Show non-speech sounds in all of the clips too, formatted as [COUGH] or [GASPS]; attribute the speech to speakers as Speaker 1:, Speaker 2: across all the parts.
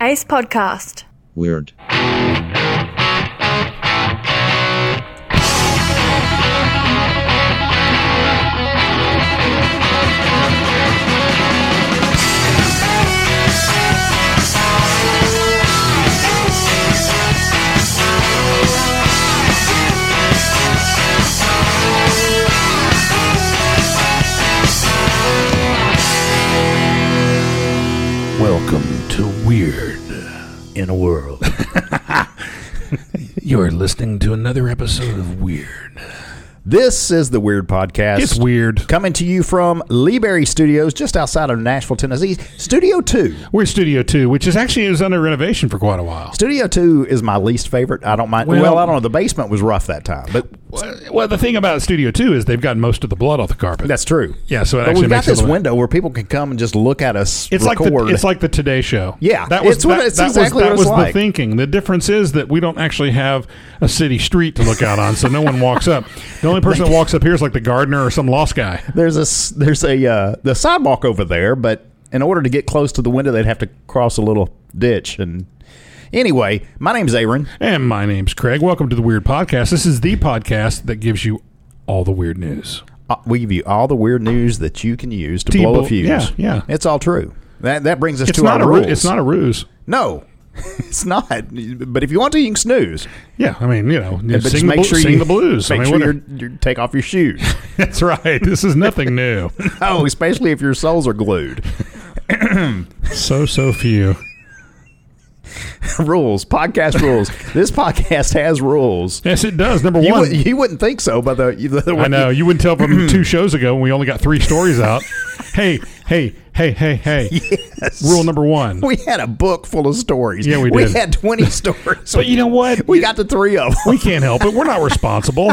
Speaker 1: Ace Podcast.
Speaker 2: Weird.
Speaker 3: Welcome to Weird in a
Speaker 4: [LAUGHS]
Speaker 3: World. You're listening to another episode of Weird.
Speaker 4: This is the Weird Podcast.
Speaker 3: It's weird.
Speaker 4: Coming to you from Leeberry Studios, just outside of Nashville, Tennessee. Studio 2.
Speaker 3: We're Studio 2, which is actually it was under renovation for quite a while.
Speaker 4: Studio 2 is my least favorite. I don't mind.
Speaker 3: Well-
Speaker 4: Well, I don't know. The basement was rough that time, but
Speaker 3: Well, the thing about Studio 2 is they've gotten most of the blood off the carpet.
Speaker 4: that's true.
Speaker 3: Yeah, so it
Speaker 4: But
Speaker 3: actually
Speaker 4: we've got
Speaker 3: makes it a
Speaker 4: this
Speaker 3: little-
Speaker 4: window where people can come and just look at us
Speaker 3: it's like
Speaker 4: record.
Speaker 3: the, it's like the Today Show.
Speaker 4: Yeah,
Speaker 3: that was
Speaker 4: it's what-
Speaker 3: that,
Speaker 4: it's
Speaker 3: that was,
Speaker 4: exactly
Speaker 3: that
Speaker 4: what it's
Speaker 3: was
Speaker 4: like.
Speaker 3: the thinking. The difference is that we don't actually have a city street to look out on, so no one walks up. The only
Speaker 4: [LAUGHS]
Speaker 3: person that walks up here is like the gardener or some lost guy.
Speaker 4: there's a s- there's a uh, the sidewalk over there, but in order to get close to the window, they'd have to cross a little ditch. And anyway, my name's Aaron.
Speaker 3: And my name's Craig. Welcome to the Weird Podcast. This is the podcast that gives you all the weird news.
Speaker 4: Uh, we give you all the weird news that you can use to
Speaker 3: To
Speaker 4: blow
Speaker 3: bl-
Speaker 4: a fuse.
Speaker 3: yeah, yeah.
Speaker 4: It's all true. That that brings us
Speaker 3: It's
Speaker 4: to
Speaker 3: not a
Speaker 4: our
Speaker 3: ru-
Speaker 4: rules.
Speaker 3: it's not a ruse.
Speaker 4: no, [LAUGHS] it's not. But if you want to, you can snooze.
Speaker 3: Yeah, I mean, you know,
Speaker 4: But just
Speaker 3: sing,
Speaker 4: make
Speaker 3: the, blu-
Speaker 4: sure
Speaker 3: sing
Speaker 4: you
Speaker 3: the blues.
Speaker 4: Make
Speaker 3: I mean,
Speaker 4: sure
Speaker 3: what-
Speaker 4: you're, you take off
Speaker 3: [LAUGHS]
Speaker 4: your shoes. [LAUGHS]
Speaker 3: that's right. This is nothing new.
Speaker 4: oh, especially if your soles are glued. [LAUGHS]
Speaker 3: so so few.
Speaker 4: rules, podcast rules. This podcast has rules.
Speaker 3: Yes, it does. Number
Speaker 4: You,
Speaker 3: one,
Speaker 4: would, you wouldn't think so, but the, the, the
Speaker 3: I
Speaker 4: [LAUGHS]
Speaker 3: know you wouldn't tell
Speaker 4: [CLEARS THROAT]
Speaker 3: from two shows ago when we only got three stories out. [LAUGHS] hey, hey, hey, hey, hey.
Speaker 4: [LAUGHS] Yes.
Speaker 3: Rule number one.
Speaker 4: We had a book full of stories.
Speaker 3: Yeah, we
Speaker 4: We
Speaker 3: did.
Speaker 4: had twenty [LAUGHS] stories.
Speaker 3: But you know what?
Speaker 4: we got to three of them.
Speaker 3: we can't help it. We're not responsible.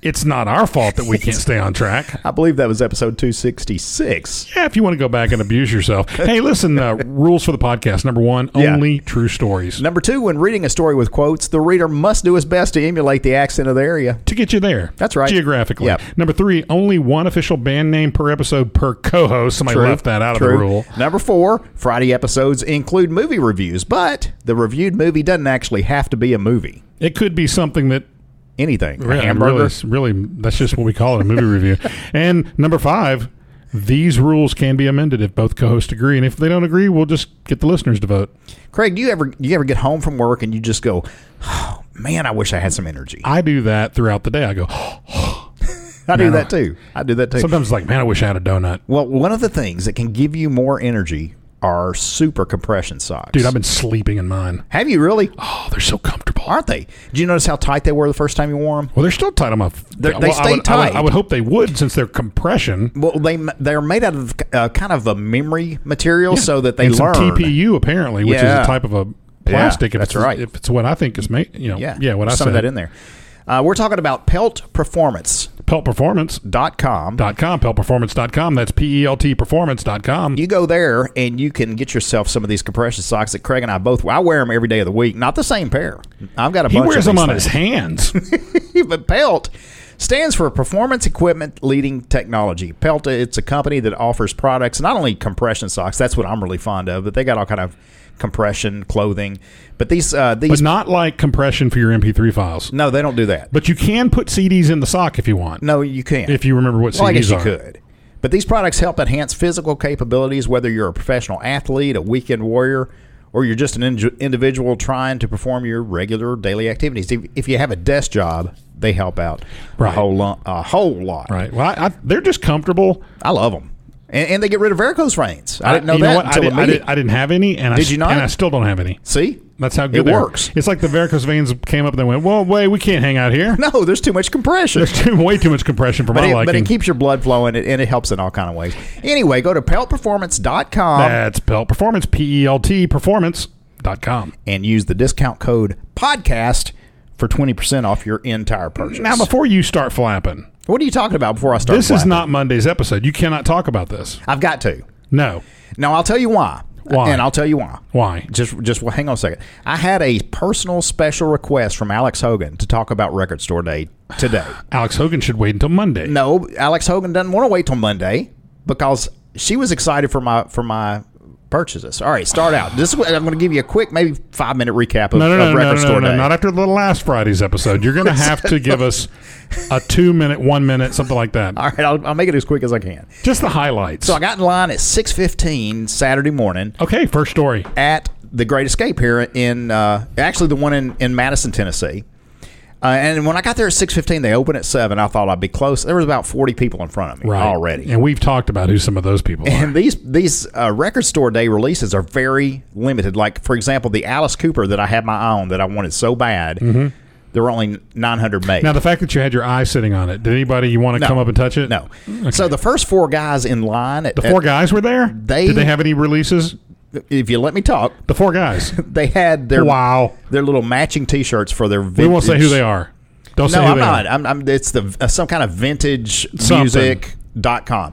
Speaker 3: It's not our fault that we can't stay on track.
Speaker 4: I believe that was episode two sixty six.
Speaker 3: Yeah, Eh, if you want to go back and abuse
Speaker 4: [LAUGHS]
Speaker 3: yourself. Hey, listen, uh, rules for the podcast. Number one,
Speaker 4: Yeah.
Speaker 3: only true stories.
Speaker 4: Number two, when reading a story with quotes, the reader must do his best to emulate the accent of the area.
Speaker 3: To get you there.
Speaker 4: That's right.
Speaker 3: Geographically.
Speaker 4: Yep.
Speaker 3: Number three, only one official band name per episode per co host. Somebody left that out of
Speaker 4: True.
Speaker 3: the rule.
Speaker 4: Number four, Friday episodes include movie reviews, but the reviewed movie doesn't actually have to be a movie.
Speaker 3: It could be something that
Speaker 4: Anything.
Speaker 3: really,
Speaker 4: a hamburger.
Speaker 3: Really, really, that's just what we call it a movie
Speaker 4: [LAUGHS]
Speaker 3: review. And number five, these rules can be amended if both co hosts agree. And if they don't agree, we'll just get the listeners to vote.
Speaker 4: Craig, do you ever you ever get home from work and you just go, oh, man, I wish I had some energy.
Speaker 3: I do that throughout the day. I go, [GASPS]
Speaker 4: I do that too. I do that too.
Speaker 3: sometimes it's like, man, I wish I had a donut.
Speaker 4: well, one of the things that can give you more energy are super compression socks.
Speaker 3: Dude, I've been sleeping in
Speaker 4: [GASPS]
Speaker 3: mine.
Speaker 4: have you really?
Speaker 3: Oh, they're so comfortable.
Speaker 4: Aren't they? Did you notice how tight they were the first time you wore them?
Speaker 3: Well, they're still tight on my.
Speaker 4: They're-
Speaker 3: well,
Speaker 4: they
Speaker 3: I
Speaker 4: stay
Speaker 3: would, I would- I would,
Speaker 4: tight.
Speaker 3: hope they would, since they're compression.
Speaker 4: Well, they they're made out of uh, kind of a memory material, so that they
Speaker 3: and
Speaker 4: learn.
Speaker 3: some TPU apparently, which is
Speaker 4: Yeah.
Speaker 3: a type of a plastic. if
Speaker 4: that's
Speaker 3: it's,
Speaker 4: right.
Speaker 3: If it's what I think is made, you know,
Speaker 4: Yeah,
Speaker 3: yeah, what I
Speaker 4: some
Speaker 3: said.
Speaker 4: of that in there. Uh, we're talking about peltperformance.com.
Speaker 3: Peltperformance.com, peltperformance.com. That's P E L T performance.com.
Speaker 4: You go there and you can get yourself some of these compression socks that Craig and I both. I wear them every day of the week. Not the same pair. I've got a
Speaker 3: He
Speaker 4: bunch.
Speaker 3: wears
Speaker 4: of
Speaker 3: them on his hands.
Speaker 4: [LAUGHS] his. but Pelt stands for Performance Equipment Leading Technology. Pelt it's a company that offers products not only compression socks. That's what I'm really fond of, but they got all kind of compression clothing. But these uh,
Speaker 3: but
Speaker 4: these
Speaker 3: not like compression for your MP3 files.
Speaker 4: no, they don't do that.
Speaker 3: But you can put CDs in the sock if you want.
Speaker 4: No, you can't.
Speaker 3: If you remember what
Speaker 4: well, I guess
Speaker 3: CDs
Speaker 4: you
Speaker 3: are.
Speaker 4: could. But these products help enhance physical capabilities, whether you're a professional athlete, a weekend warrior, or you're just an indi- individual trying to perform your regular daily activities. If, if you have a desk job, they help out
Speaker 3: Right.
Speaker 4: a whole lot. A whole lot.
Speaker 3: Right. Well, I, I, they're just comfortable.
Speaker 4: I love them, and, and they get rid of varicose veins. I didn't know
Speaker 3: you
Speaker 4: that
Speaker 3: what? I,
Speaker 4: until
Speaker 3: did, I,
Speaker 4: immediately.
Speaker 3: did, I didn't have any, and I
Speaker 4: Did
Speaker 3: s-
Speaker 4: you not?
Speaker 3: And I still don't have any.
Speaker 4: See,
Speaker 3: That's how good
Speaker 4: it
Speaker 3: they are.
Speaker 4: works.
Speaker 3: It's like the varicose veins came up and they went, "Well, wait, we can't hang out here.
Speaker 4: No, there's too much compression.
Speaker 3: There's too, way too much compression for
Speaker 4: But
Speaker 3: my
Speaker 4: it,
Speaker 3: liking."
Speaker 4: but it keeps your blood flowing and and it helps in all kind of ways. Anyway, go to peltperformance.com.
Speaker 3: That's Pelt Performance, P E L T Performance.com.
Speaker 4: and use the discount code podcast for 20% off your entire purchase.
Speaker 3: Now, before you start flapping,
Speaker 4: what are you talking about before I start?
Speaker 3: this is
Speaker 4: flapping?
Speaker 3: not Monday's episode. You cannot talk about this.
Speaker 4: I've got to.
Speaker 3: No.
Speaker 4: Now, I'll tell you why.
Speaker 3: Why?
Speaker 4: And I'll tell you why.
Speaker 3: Why?
Speaker 4: Just, just well, hang on a second. I had a personal special request from Alex Hogan to talk about Record Store Day
Speaker 3: [SIGHS]
Speaker 4: today.
Speaker 3: Alex Hogan should wait until Monday.
Speaker 4: no, Alex Hogan doesn't want to wait till Monday because she was excited for my for my purchase this. All right, start out. This is what, I'm going to give you a quick, maybe five minute recap of,
Speaker 3: No, no,
Speaker 4: of
Speaker 3: no, no,
Speaker 4: Record
Speaker 3: no, no,
Speaker 4: Store
Speaker 3: no,
Speaker 4: Day.
Speaker 3: not after the last Friday's episode. You're going
Speaker 4: [LAUGHS]
Speaker 3: to have to give us a two minute, one minute, something like that.
Speaker 4: All right, I'll, I'll make it as quick as I can.
Speaker 3: Just the highlights.
Speaker 4: So I got in line at 6:15 Saturday morning
Speaker 3: okay, first story.
Speaker 4: at the Great Escape here in uh, actually the one in, in Madison, Tennessee. Uh, and when I got there at 6:15, they opened at seven. I thought I'd be close. There was about 40 people in front of me
Speaker 3: Right
Speaker 4: already.
Speaker 3: and we've talked about who some of those
Speaker 4: [LAUGHS]
Speaker 3: people are.
Speaker 4: And these these uh, record store day releases are very limited. Like for example, the Alice Cooper that I had my eye on that I wanted so bad,
Speaker 3: Mm-hmm.
Speaker 4: there were only 900 made.
Speaker 3: Now, the fact that you had your eye sitting on it, did anybody you want to
Speaker 4: No.
Speaker 3: come up and touch it?
Speaker 4: no. So the first four guys in line, at,
Speaker 3: The four guys were there.
Speaker 4: They-
Speaker 3: did they have any releases?
Speaker 4: at- if you let me talk,
Speaker 3: The four
Speaker 4: [LAUGHS]
Speaker 3: guys.
Speaker 4: they had their
Speaker 3: wow.
Speaker 4: their little matching T-shirts for their. Vintage.
Speaker 3: We won't say who they are. Don't say
Speaker 4: No,
Speaker 3: who
Speaker 4: I'm
Speaker 3: they
Speaker 4: not.
Speaker 3: are.
Speaker 4: I'm, I'm. It's the uh, some kind of vintage
Speaker 3: Something.
Speaker 4: music dot com.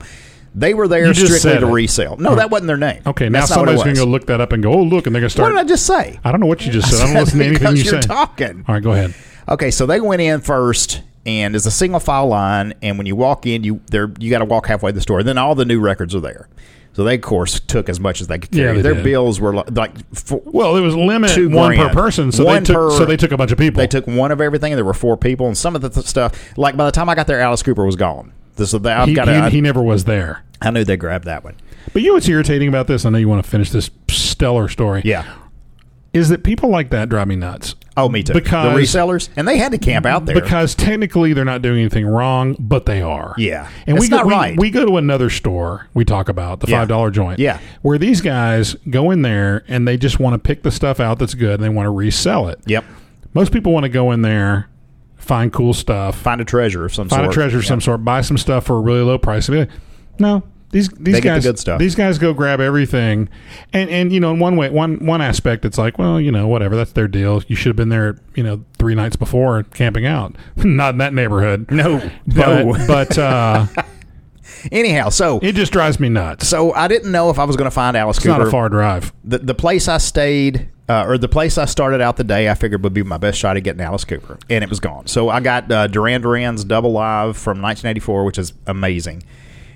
Speaker 4: They were there
Speaker 3: You just
Speaker 4: strictly
Speaker 3: said
Speaker 4: to
Speaker 3: it.
Speaker 4: resell. No, that wasn't their name.
Speaker 3: Okay, now
Speaker 4: That's not what it
Speaker 3: somebody's going to
Speaker 4: was.
Speaker 3: go look that up and go, oh, look, and they're going to
Speaker 4: What
Speaker 3: start.
Speaker 4: did I just say?
Speaker 3: I don't know what you
Speaker 4: [LAUGHS]
Speaker 3: just said. I don't listen to anything
Speaker 4: because
Speaker 3: you
Speaker 4: you're
Speaker 3: say.
Speaker 4: talking.
Speaker 3: All right, go ahead.
Speaker 4: Okay, so they went in first, and it's a single file line. And when you walk in, you there you got to walk halfway to the store. Then all the new records are there. So they, of course, took as much as they could
Speaker 3: Yeah,
Speaker 4: carry.
Speaker 3: they
Speaker 4: Their
Speaker 3: did.
Speaker 4: bills were li- like four,
Speaker 3: Well, it was limited
Speaker 4: Two
Speaker 3: one per
Speaker 4: grand.
Speaker 3: person, so
Speaker 4: One
Speaker 3: they took
Speaker 4: per-
Speaker 3: so they took a bunch of people.
Speaker 4: they took one of everything. and There were four people, and some of the th- stuff. Like by the time I got there, Alice Cooper was gone. This is the, I've
Speaker 3: he,
Speaker 4: got. to
Speaker 3: he, he never was there.
Speaker 4: I knew they grabbed that one.
Speaker 3: But you know what's irritating about this? I know you want to finish this stellar story.
Speaker 4: Yeah.
Speaker 3: Is that people like that drive me nuts?
Speaker 4: Oh, me too.
Speaker 3: Because-
Speaker 4: the resellers and they had to camp out there.
Speaker 3: Because technically they're not doing anything wrong, but they are.
Speaker 4: Yeah.
Speaker 3: And we
Speaker 4: It's
Speaker 3: go,
Speaker 4: not
Speaker 3: we,
Speaker 4: right.
Speaker 3: we go to another store we talk about, the
Speaker 4: Yeah.
Speaker 3: five dollar joint.
Speaker 4: Yeah.
Speaker 3: Where these guys go in there and they just want to pick the stuff out that's good and they want to resell it.
Speaker 4: yep.
Speaker 3: Most people want to go in there, find cool stuff,
Speaker 4: Find a treasure of some
Speaker 3: find
Speaker 4: sort.
Speaker 3: a treasure of some sort, buy some stuff for a really low price. No, these these
Speaker 4: They get the
Speaker 3: guys
Speaker 4: good stuff.
Speaker 3: These guys go grab everything, and and you know in one way one one aspect it's like well you know whatever that's their deal. You should have been there you know three nights before camping out. [LAUGHS] Not in that neighborhood.
Speaker 4: No.
Speaker 3: But,
Speaker 4: No.
Speaker 3: but
Speaker 4: [LAUGHS]
Speaker 3: uh,
Speaker 4: Anyhow, so
Speaker 3: it just drives me nuts.
Speaker 4: so I didn't know if I was going to find Alice
Speaker 3: It's not
Speaker 4: Cooper.
Speaker 3: a far drive.
Speaker 4: the, the place I stayed uh, or the place I started out the day I figured would be my best shot at getting Alice Cooper, and it was gone. So I got uh, Duran Duran's Double Live from 1984, which is amazing,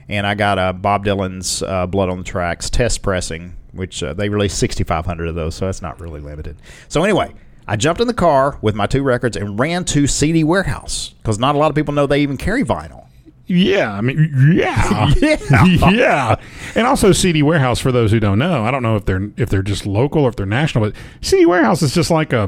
Speaker 4: and I got uh, Bob Dylan's uh, Blood on the Tracks test pressing, which uh, they released 6,500 of those, so that's not really limited. So anyway. I jumped in the car with my two records and ran to CD Warehouse because not a lot of people know they even carry vinyl.
Speaker 3: Yeah, I mean, yeah,
Speaker 4: [LAUGHS] Yeah.
Speaker 3: yeah, and also CD Warehouse for those who don't know. I don't know if they're if they're just local or if they're national, but CD Warehouse is just like a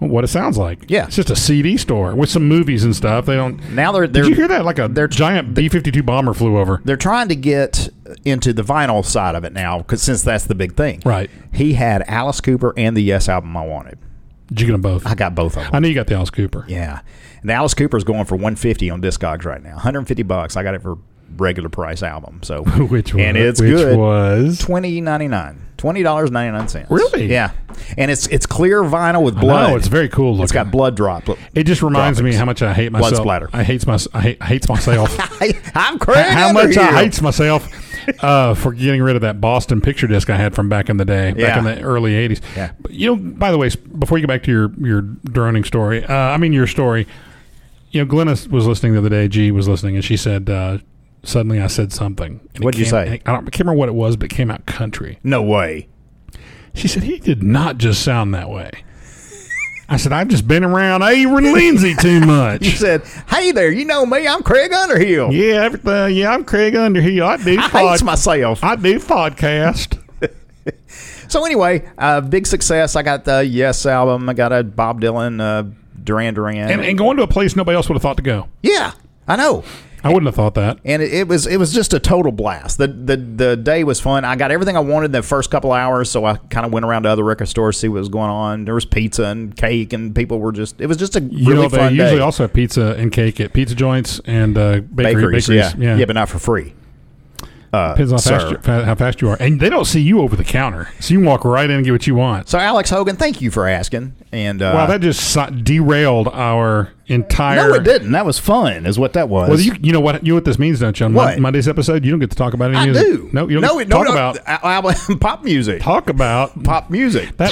Speaker 3: well, what it sounds like.
Speaker 4: Yeah.
Speaker 3: it's just a CD store with some movies and stuff. They don't.
Speaker 4: Now they're they're
Speaker 3: Did you hear that? Like a
Speaker 4: they're-
Speaker 3: giant B fifty two bomber flew over.
Speaker 4: they're trying to get into the vinyl side of it now 'cause- since that's the big thing.
Speaker 3: Right.
Speaker 4: He had Alice Cooper and the Yes album I wanted.
Speaker 3: Did you get them both?
Speaker 4: I
Speaker 3: I,
Speaker 4: got both of them.
Speaker 3: knew you got the Alice Cooper.
Speaker 4: yeah. And the Alice Cooper is going for 150 on Discogs right now. 150 bucks. I got it for regular price album. So
Speaker 3: [LAUGHS] [LAUGHS] Which was,
Speaker 4: and it's
Speaker 3: which
Speaker 4: good.
Speaker 3: was
Speaker 4: Twenty ninety nine, twenty dollars ninety nine cents.
Speaker 3: Really?
Speaker 4: Yeah, and it's it's clear vinyl with blood.
Speaker 3: blood. it's very cool looking.
Speaker 4: It's got blood drop. Look, [LAUGHS]
Speaker 3: It just reminds me
Speaker 4: graphics.
Speaker 3: how much I hate
Speaker 4: Blood
Speaker 3: myself.
Speaker 4: splatter.
Speaker 3: I hates my I hate, I hates
Speaker 4: [LAUGHS]
Speaker 3: myself.
Speaker 4: I, I'm crazy.
Speaker 3: how much I hates myself uh, for getting rid of that Boston picture disc I had from back in the day, back
Speaker 4: Yeah.
Speaker 3: in the early '80s.
Speaker 4: Yeah.
Speaker 3: But, you know, by the way, s- before you get back to your your droning story, uh, I mean your story. You know, Glennis was listening the other day. G was listening, and she said, uh, "Suddenly, I said something." And it
Speaker 4: What'd you
Speaker 3: came-
Speaker 4: say?
Speaker 3: I don't I can't remember what it was, but it came out country.
Speaker 4: No way.
Speaker 3: She said he did not just sound that way. I said I've just been around Aaron Lindsay
Speaker 4: [LAUGHS]
Speaker 3: too
Speaker 4: You
Speaker 3: much.
Speaker 4: said, "Hey there, you know me. I'm Craig Underhill.
Speaker 3: yeah, everything. Yeah, I'm Craig Underhill. I do.
Speaker 4: I
Speaker 3: pod-
Speaker 4: hates myself."
Speaker 3: I do podcast.
Speaker 4: So anyway, uh, big success. I got the Yes album. I got a Bob Dylan, uh, Duran Duran.
Speaker 3: and, and going to a place nobody else would have thought to go.
Speaker 4: yeah, I know.
Speaker 3: I wouldn't have thought that.
Speaker 4: And it, it was it was just a total blast. The, the the day was fun. I got everything I wanted in the first couple hours, so I kind of went around to other record stores see what was going on. There was pizza and cake, and people were just. It was just a really
Speaker 3: You know, they
Speaker 4: fun
Speaker 3: usually
Speaker 4: day.
Speaker 3: also have pizza and cake at pizza joints and uh, bakery,
Speaker 4: bakeries, yeah. yeah, but not for free. Uh,
Speaker 3: Depends on how
Speaker 4: sir.
Speaker 3: fast, you, fa- how fast you are, and they don't see you over the counter, so you can walk right in and get what you want.
Speaker 4: So Alex Hogan, thank you for asking. And uh,
Speaker 3: wow, that just so- derailed our entire.
Speaker 4: no, it didn't. That was fun, is what that was.
Speaker 3: Well, you, you know what you know what this means, don't you? On Mon-
Speaker 4: What?
Speaker 3: Monday's episode, you don't get to talk about any.
Speaker 4: I
Speaker 3: music.
Speaker 4: do.
Speaker 3: No, you don't
Speaker 4: no,
Speaker 3: get to
Speaker 4: no,
Speaker 3: talk
Speaker 4: no,
Speaker 3: about
Speaker 4: I- I- [LAUGHS] pop music.
Speaker 3: talk about
Speaker 4: pop music.
Speaker 3: That,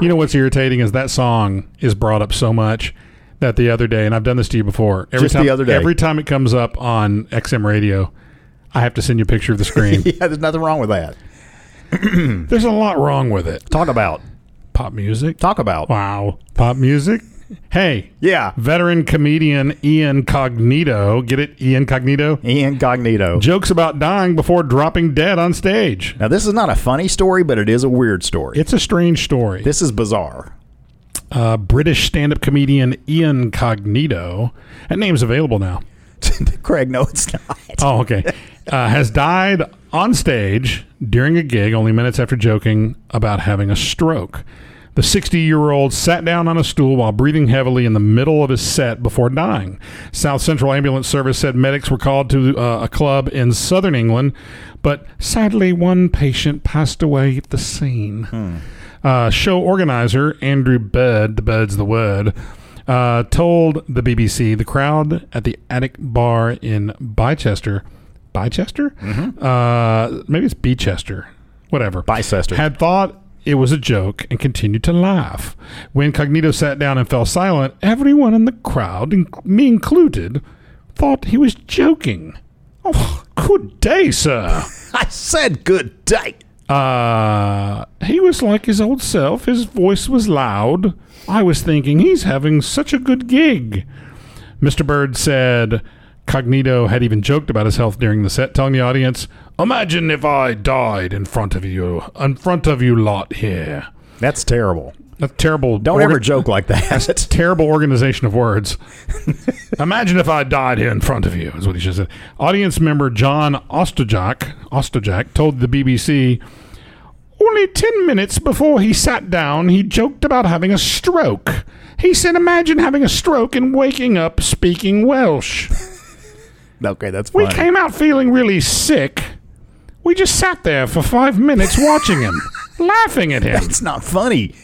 Speaker 4: [LAUGHS]
Speaker 3: You know what's irritating is that song is brought up so much that the other day, and I've done this to you before. Every
Speaker 4: Just the
Speaker 3: time,
Speaker 4: other day.
Speaker 3: every time it comes up on XM radio, I have to send you a picture of the screen.
Speaker 4: [LAUGHS] yeah, there's nothing wrong with that.
Speaker 3: There's a lot wrong with it.
Speaker 4: Talk about.
Speaker 3: Pop music.
Speaker 4: Talk about.
Speaker 3: Wow. Pop music. Hey,
Speaker 4: Yeah.
Speaker 3: veteran comedian Ian Cognito. Get it, Ian Cognito?
Speaker 4: Incognito.
Speaker 3: Jokes about dying before dropping dead on stage.
Speaker 4: Now, this is not a funny story, but it is a weird story.
Speaker 3: It's a strange story.
Speaker 4: This is bizarre. [LAUGHS]
Speaker 3: uh, British stand-up comedian Ian Cognito. That name's available now.
Speaker 4: Craig, no, it's not.
Speaker 3: Oh, okay. Uh, has died on stage during a gig only minutes after joking about having a stroke. The 60 year old sat down on a stool while breathing heavily in the middle of his set before dying. South Central Ambulance Service said medics were called to uh, a club in southern England, but sadly, one patient passed away at the scene. Uh, show organizer Andrew Bed, the bed's the word, uh, told the BBC the crowd at the Attic Bar in Bychester, Bychester, uh, maybe it's Beechester, whatever,
Speaker 4: Bicester.
Speaker 3: had thought it was a joke and continued to laugh. When Cognito sat down and fell silent, everyone in the crowd, inc- me included, thought he was joking. Oh, good day, sir.
Speaker 4: I said good day.
Speaker 3: Uh, he was like his old self. His voice was loud. I was thinking he's having such a good gig. Mr. Bird said Cognito had even joked about his health during the set, telling the audience, "Imagine if I died in front of you, in front of you lot here."
Speaker 4: That's terrible.
Speaker 3: That's terrible.
Speaker 4: Don't
Speaker 3: orga-
Speaker 4: ever joke like [LAUGHS] that.
Speaker 3: Terrible organization of
Speaker 4: [LAUGHS]
Speaker 3: words. Imagine if I died here in front of you, is what he should have said. Audience member John Ostojak, Ostojak told the BBC only 10 minutes before he sat down, he joked about having a stroke. He said, Imagine having a stroke and waking up speaking
Speaker 4: [LAUGHS]
Speaker 3: Welsh.
Speaker 4: okay, that's
Speaker 3: We
Speaker 4: funny.
Speaker 3: came out feeling really sick. We just sat there for five minutes watching
Speaker 4: [LAUGHS]
Speaker 3: him, laughing at him.
Speaker 4: [LAUGHS] It's not funny.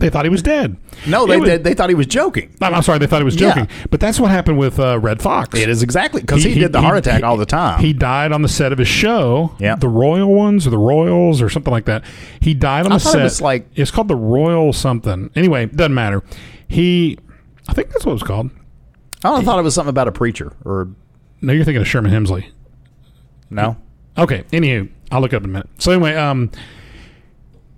Speaker 3: They thought he was dead.
Speaker 4: No, they,
Speaker 3: It was-
Speaker 4: they, they thought he was joking.
Speaker 3: I'm, I'm sorry, they thought he was
Speaker 4: Yeah.
Speaker 3: joking. But that's what happened with uh, Red Fox.
Speaker 4: It is exactly because he, did the heart attack
Speaker 3: he-
Speaker 4: all the time.
Speaker 3: He died on the set of his show,
Speaker 4: Yeah.
Speaker 3: the Royal Ones or the Royals or something like that. He died on
Speaker 4: I
Speaker 3: the
Speaker 4: thought it
Speaker 3: set.
Speaker 4: was like-
Speaker 3: it's called the Royal something. Anyway, doesn't matter. He, I think that's what it was called.
Speaker 4: I thought it was something about a preacher or
Speaker 3: No, you're thinking of Sherman Hemsley.
Speaker 4: no.
Speaker 3: Okay. Anywho, I'll look it up in a minute. So anyway, um,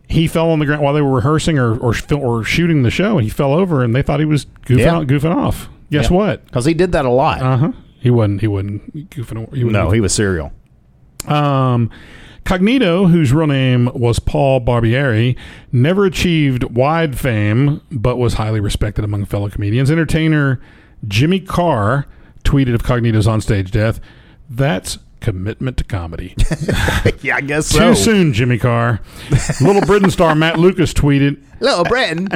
Speaker 3: he fell on the ground while they were rehearsing or or, fil- or shooting the show, and he fell over, and they thought he was goofing
Speaker 4: Yeah.
Speaker 3: out, goofing off. Guess
Speaker 4: Yeah.
Speaker 3: what?
Speaker 4: Because he did that a lot.
Speaker 3: Uh huh. He wasn't. He wasn't goofing. He wasn't
Speaker 4: no, he was serial.
Speaker 3: Um, Cognito, whose real name was Paul Barbieri, never achieved wide fame, but was highly respected among fellow comedians. Entertainer Jimmy Carr tweeted of Cognito's onstage death, "That's commitment to comedy."
Speaker 4: [LAUGHS] yeah, I guess so.
Speaker 3: Too soon, Jimmy Carr. Little Britain star Matt Lucas tweeted, [LAUGHS]
Speaker 4: Little Britain.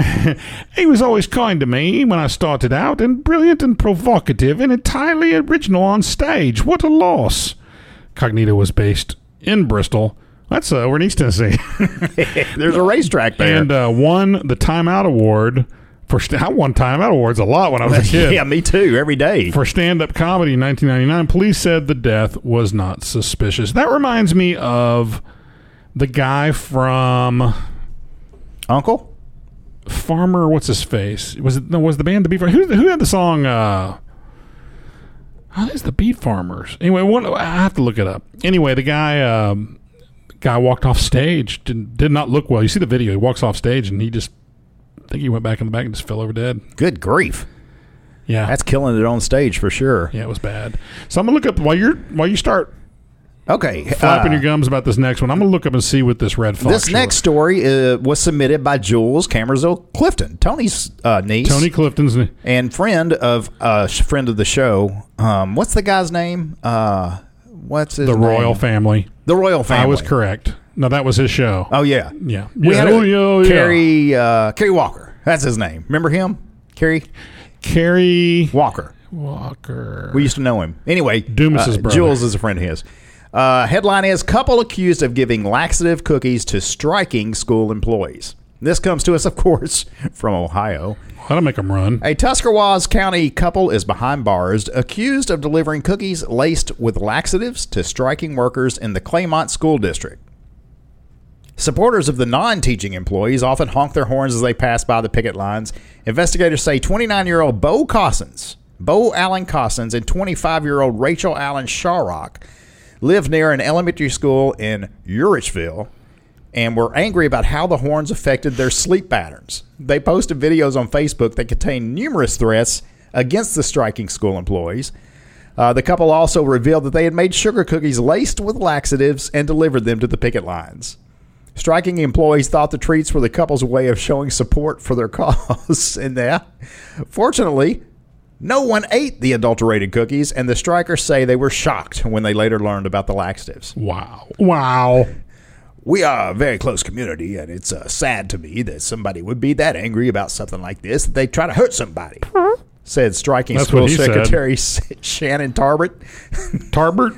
Speaker 3: he was always kind to me when I started out, and brilliant and provocative and entirely original on stage. What a loss. Cognito was based in Bristol. That's uh, over in East Tennessee. [LAUGHS]
Speaker 4: There's a racetrack there.
Speaker 3: and uh, won the Timeout Award for. St- I won Timeout Awards a lot when I was a kid.
Speaker 4: [LAUGHS] yeah, me too. Every day.
Speaker 3: For stand up comedy in 1999, police said the death was not suspicious. That reminds me of the guy from
Speaker 4: Uncle.
Speaker 3: Farmer, what's his face? Was it no? Was the band the Beat Farmers? Who, who had the song? Uh, how is the Beat Farmers? Anyway, one, I have to look it up. Anyway, the guy um, guy walked off stage. Did, did not look well. You see the video. He walks off stage and he just I think he went back in the back and just fell over dead.
Speaker 4: Good grief.
Speaker 3: Yeah,
Speaker 4: That's killing it on stage for sure.
Speaker 3: yeah, it was bad. So I'm gonna look up while you're while you start
Speaker 4: Okay.
Speaker 3: flapping
Speaker 4: uh,
Speaker 3: your gums about this next one. I'm gonna look up and see what this red fox.
Speaker 4: this next story uh, was submitted by Jules Camersville Clifton, Tony's uh, niece
Speaker 3: Tony Clifton's. n-
Speaker 4: and friend of uh, sh- friend of the show. Um, what's the guy's name? Uh, what's his
Speaker 3: The
Speaker 4: name?
Speaker 3: royal family.
Speaker 4: The royal family.
Speaker 3: I was correct. No, that was his show.
Speaker 4: Oh yeah,
Speaker 3: yeah,
Speaker 4: We
Speaker 3: yeah.
Speaker 4: had
Speaker 3: oh,
Speaker 4: a,
Speaker 3: yeah, oh, yeah.
Speaker 4: Kerry uh, Kerry Walker. That's his name. Remember him? Kerry
Speaker 3: Carrie
Speaker 4: Walker.
Speaker 3: Walker.
Speaker 4: We used to know him. Anyway, uh,
Speaker 3: Dumas's brother.
Speaker 4: Jules is a friend of his. Uh, headline is Couple accused of giving laxative cookies to striking school employees. This comes to us, of course, [LAUGHS] from Ohio.
Speaker 3: That'll make them run.
Speaker 4: A Tuscarawas County couple is behind bars, accused of delivering cookies laced with laxatives to striking workers in the Claymont School District. Supporters of the non teaching employees often honk their horns as they pass by the picket lines. Investigators say 29 year old Bo Cossens, Bo Allen Cossens, and 25 year old Rachel Allen Shawrock live near an elementary school in Urichville and were angry about how the horns affected their sleep patterns. They posted videos on Facebook that contained numerous threats against the striking school employees. Uh, the couple also revealed that they had made sugar cookies laced with laxatives and delivered them to the picket lines. Striking employees thought the treats were the couple's way of showing support for their [LAUGHS] cause. and that, fortunately, no one ate the adulterated cookies, and the strikers say they were shocked when they later learned about the laxatives.
Speaker 3: Wow. Wow.
Speaker 4: We are a very close community, and it's uh, sad to me that somebody would be that angry about something like this that they try to hurt somebody, said striking
Speaker 3: That's
Speaker 4: school
Speaker 3: what he said.
Speaker 4: secretary [LAUGHS] Shannon Tarbert.
Speaker 3: Tarbert?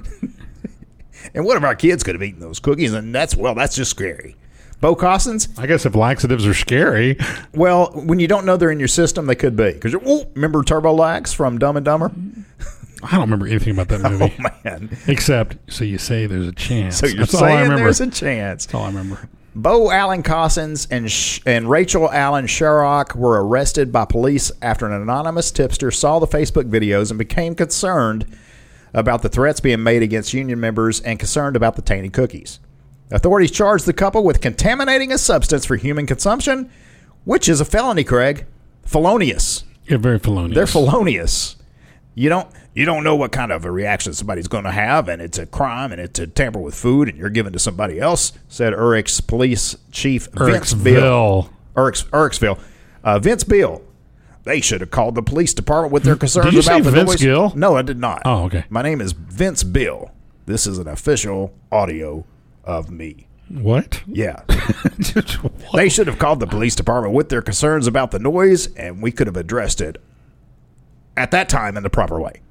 Speaker 4: And one of our kids could have eaten those cookies, and that's, well, that's just scary. Bo Costins,
Speaker 3: I guess if laxatives are scary,
Speaker 4: Well, when you don't know they're in your system, they could be. Because remember Turbo Lax from Dumb and Dumber?
Speaker 3: Mm-hmm. I don't remember anything about that
Speaker 4: [LAUGHS]
Speaker 3: movie.
Speaker 4: Man,
Speaker 3: Except, so you say there's a chance.
Speaker 4: Oh so you're
Speaker 3: That's all I
Speaker 4: saying
Speaker 3: remember.
Speaker 4: there's a chance.
Speaker 3: That's all I remember.
Speaker 4: Bo Allen Cossins and Sh- and Rachel Allen Sherrock were arrested by police after an anonymous tipster saw the Facebook videos and became concerned about the threats being made against union members and concerned about the tainted cookies. Authorities charged the couple with contaminating a substance for human consumption, which is a felony, Craig. Felonious.
Speaker 3: Yeah, very felonious.
Speaker 4: They're felonious. You don't you don't know what kind of a reaction somebody's going to have, and it's a crime, and it's a tamper with food, and you're giving to somebody else," said Eric's police chief Vince Bill.
Speaker 3: Ericksville.
Speaker 4: Eric's, Ericsville, uh, Vince Bill. They should have called the police department with their concerns
Speaker 3: you
Speaker 4: about
Speaker 3: say
Speaker 4: the
Speaker 3: Vince
Speaker 4: noise.
Speaker 3: Gill?
Speaker 4: No, I did not.
Speaker 3: Oh, okay.
Speaker 4: My name is Vince Bill. This is an official audio of me.
Speaker 3: What?
Speaker 4: Yeah.
Speaker 3: What?
Speaker 4: [LAUGHS] They should have called the police department with their concerns about the noise, and we could have addressed it at that time in the proper way.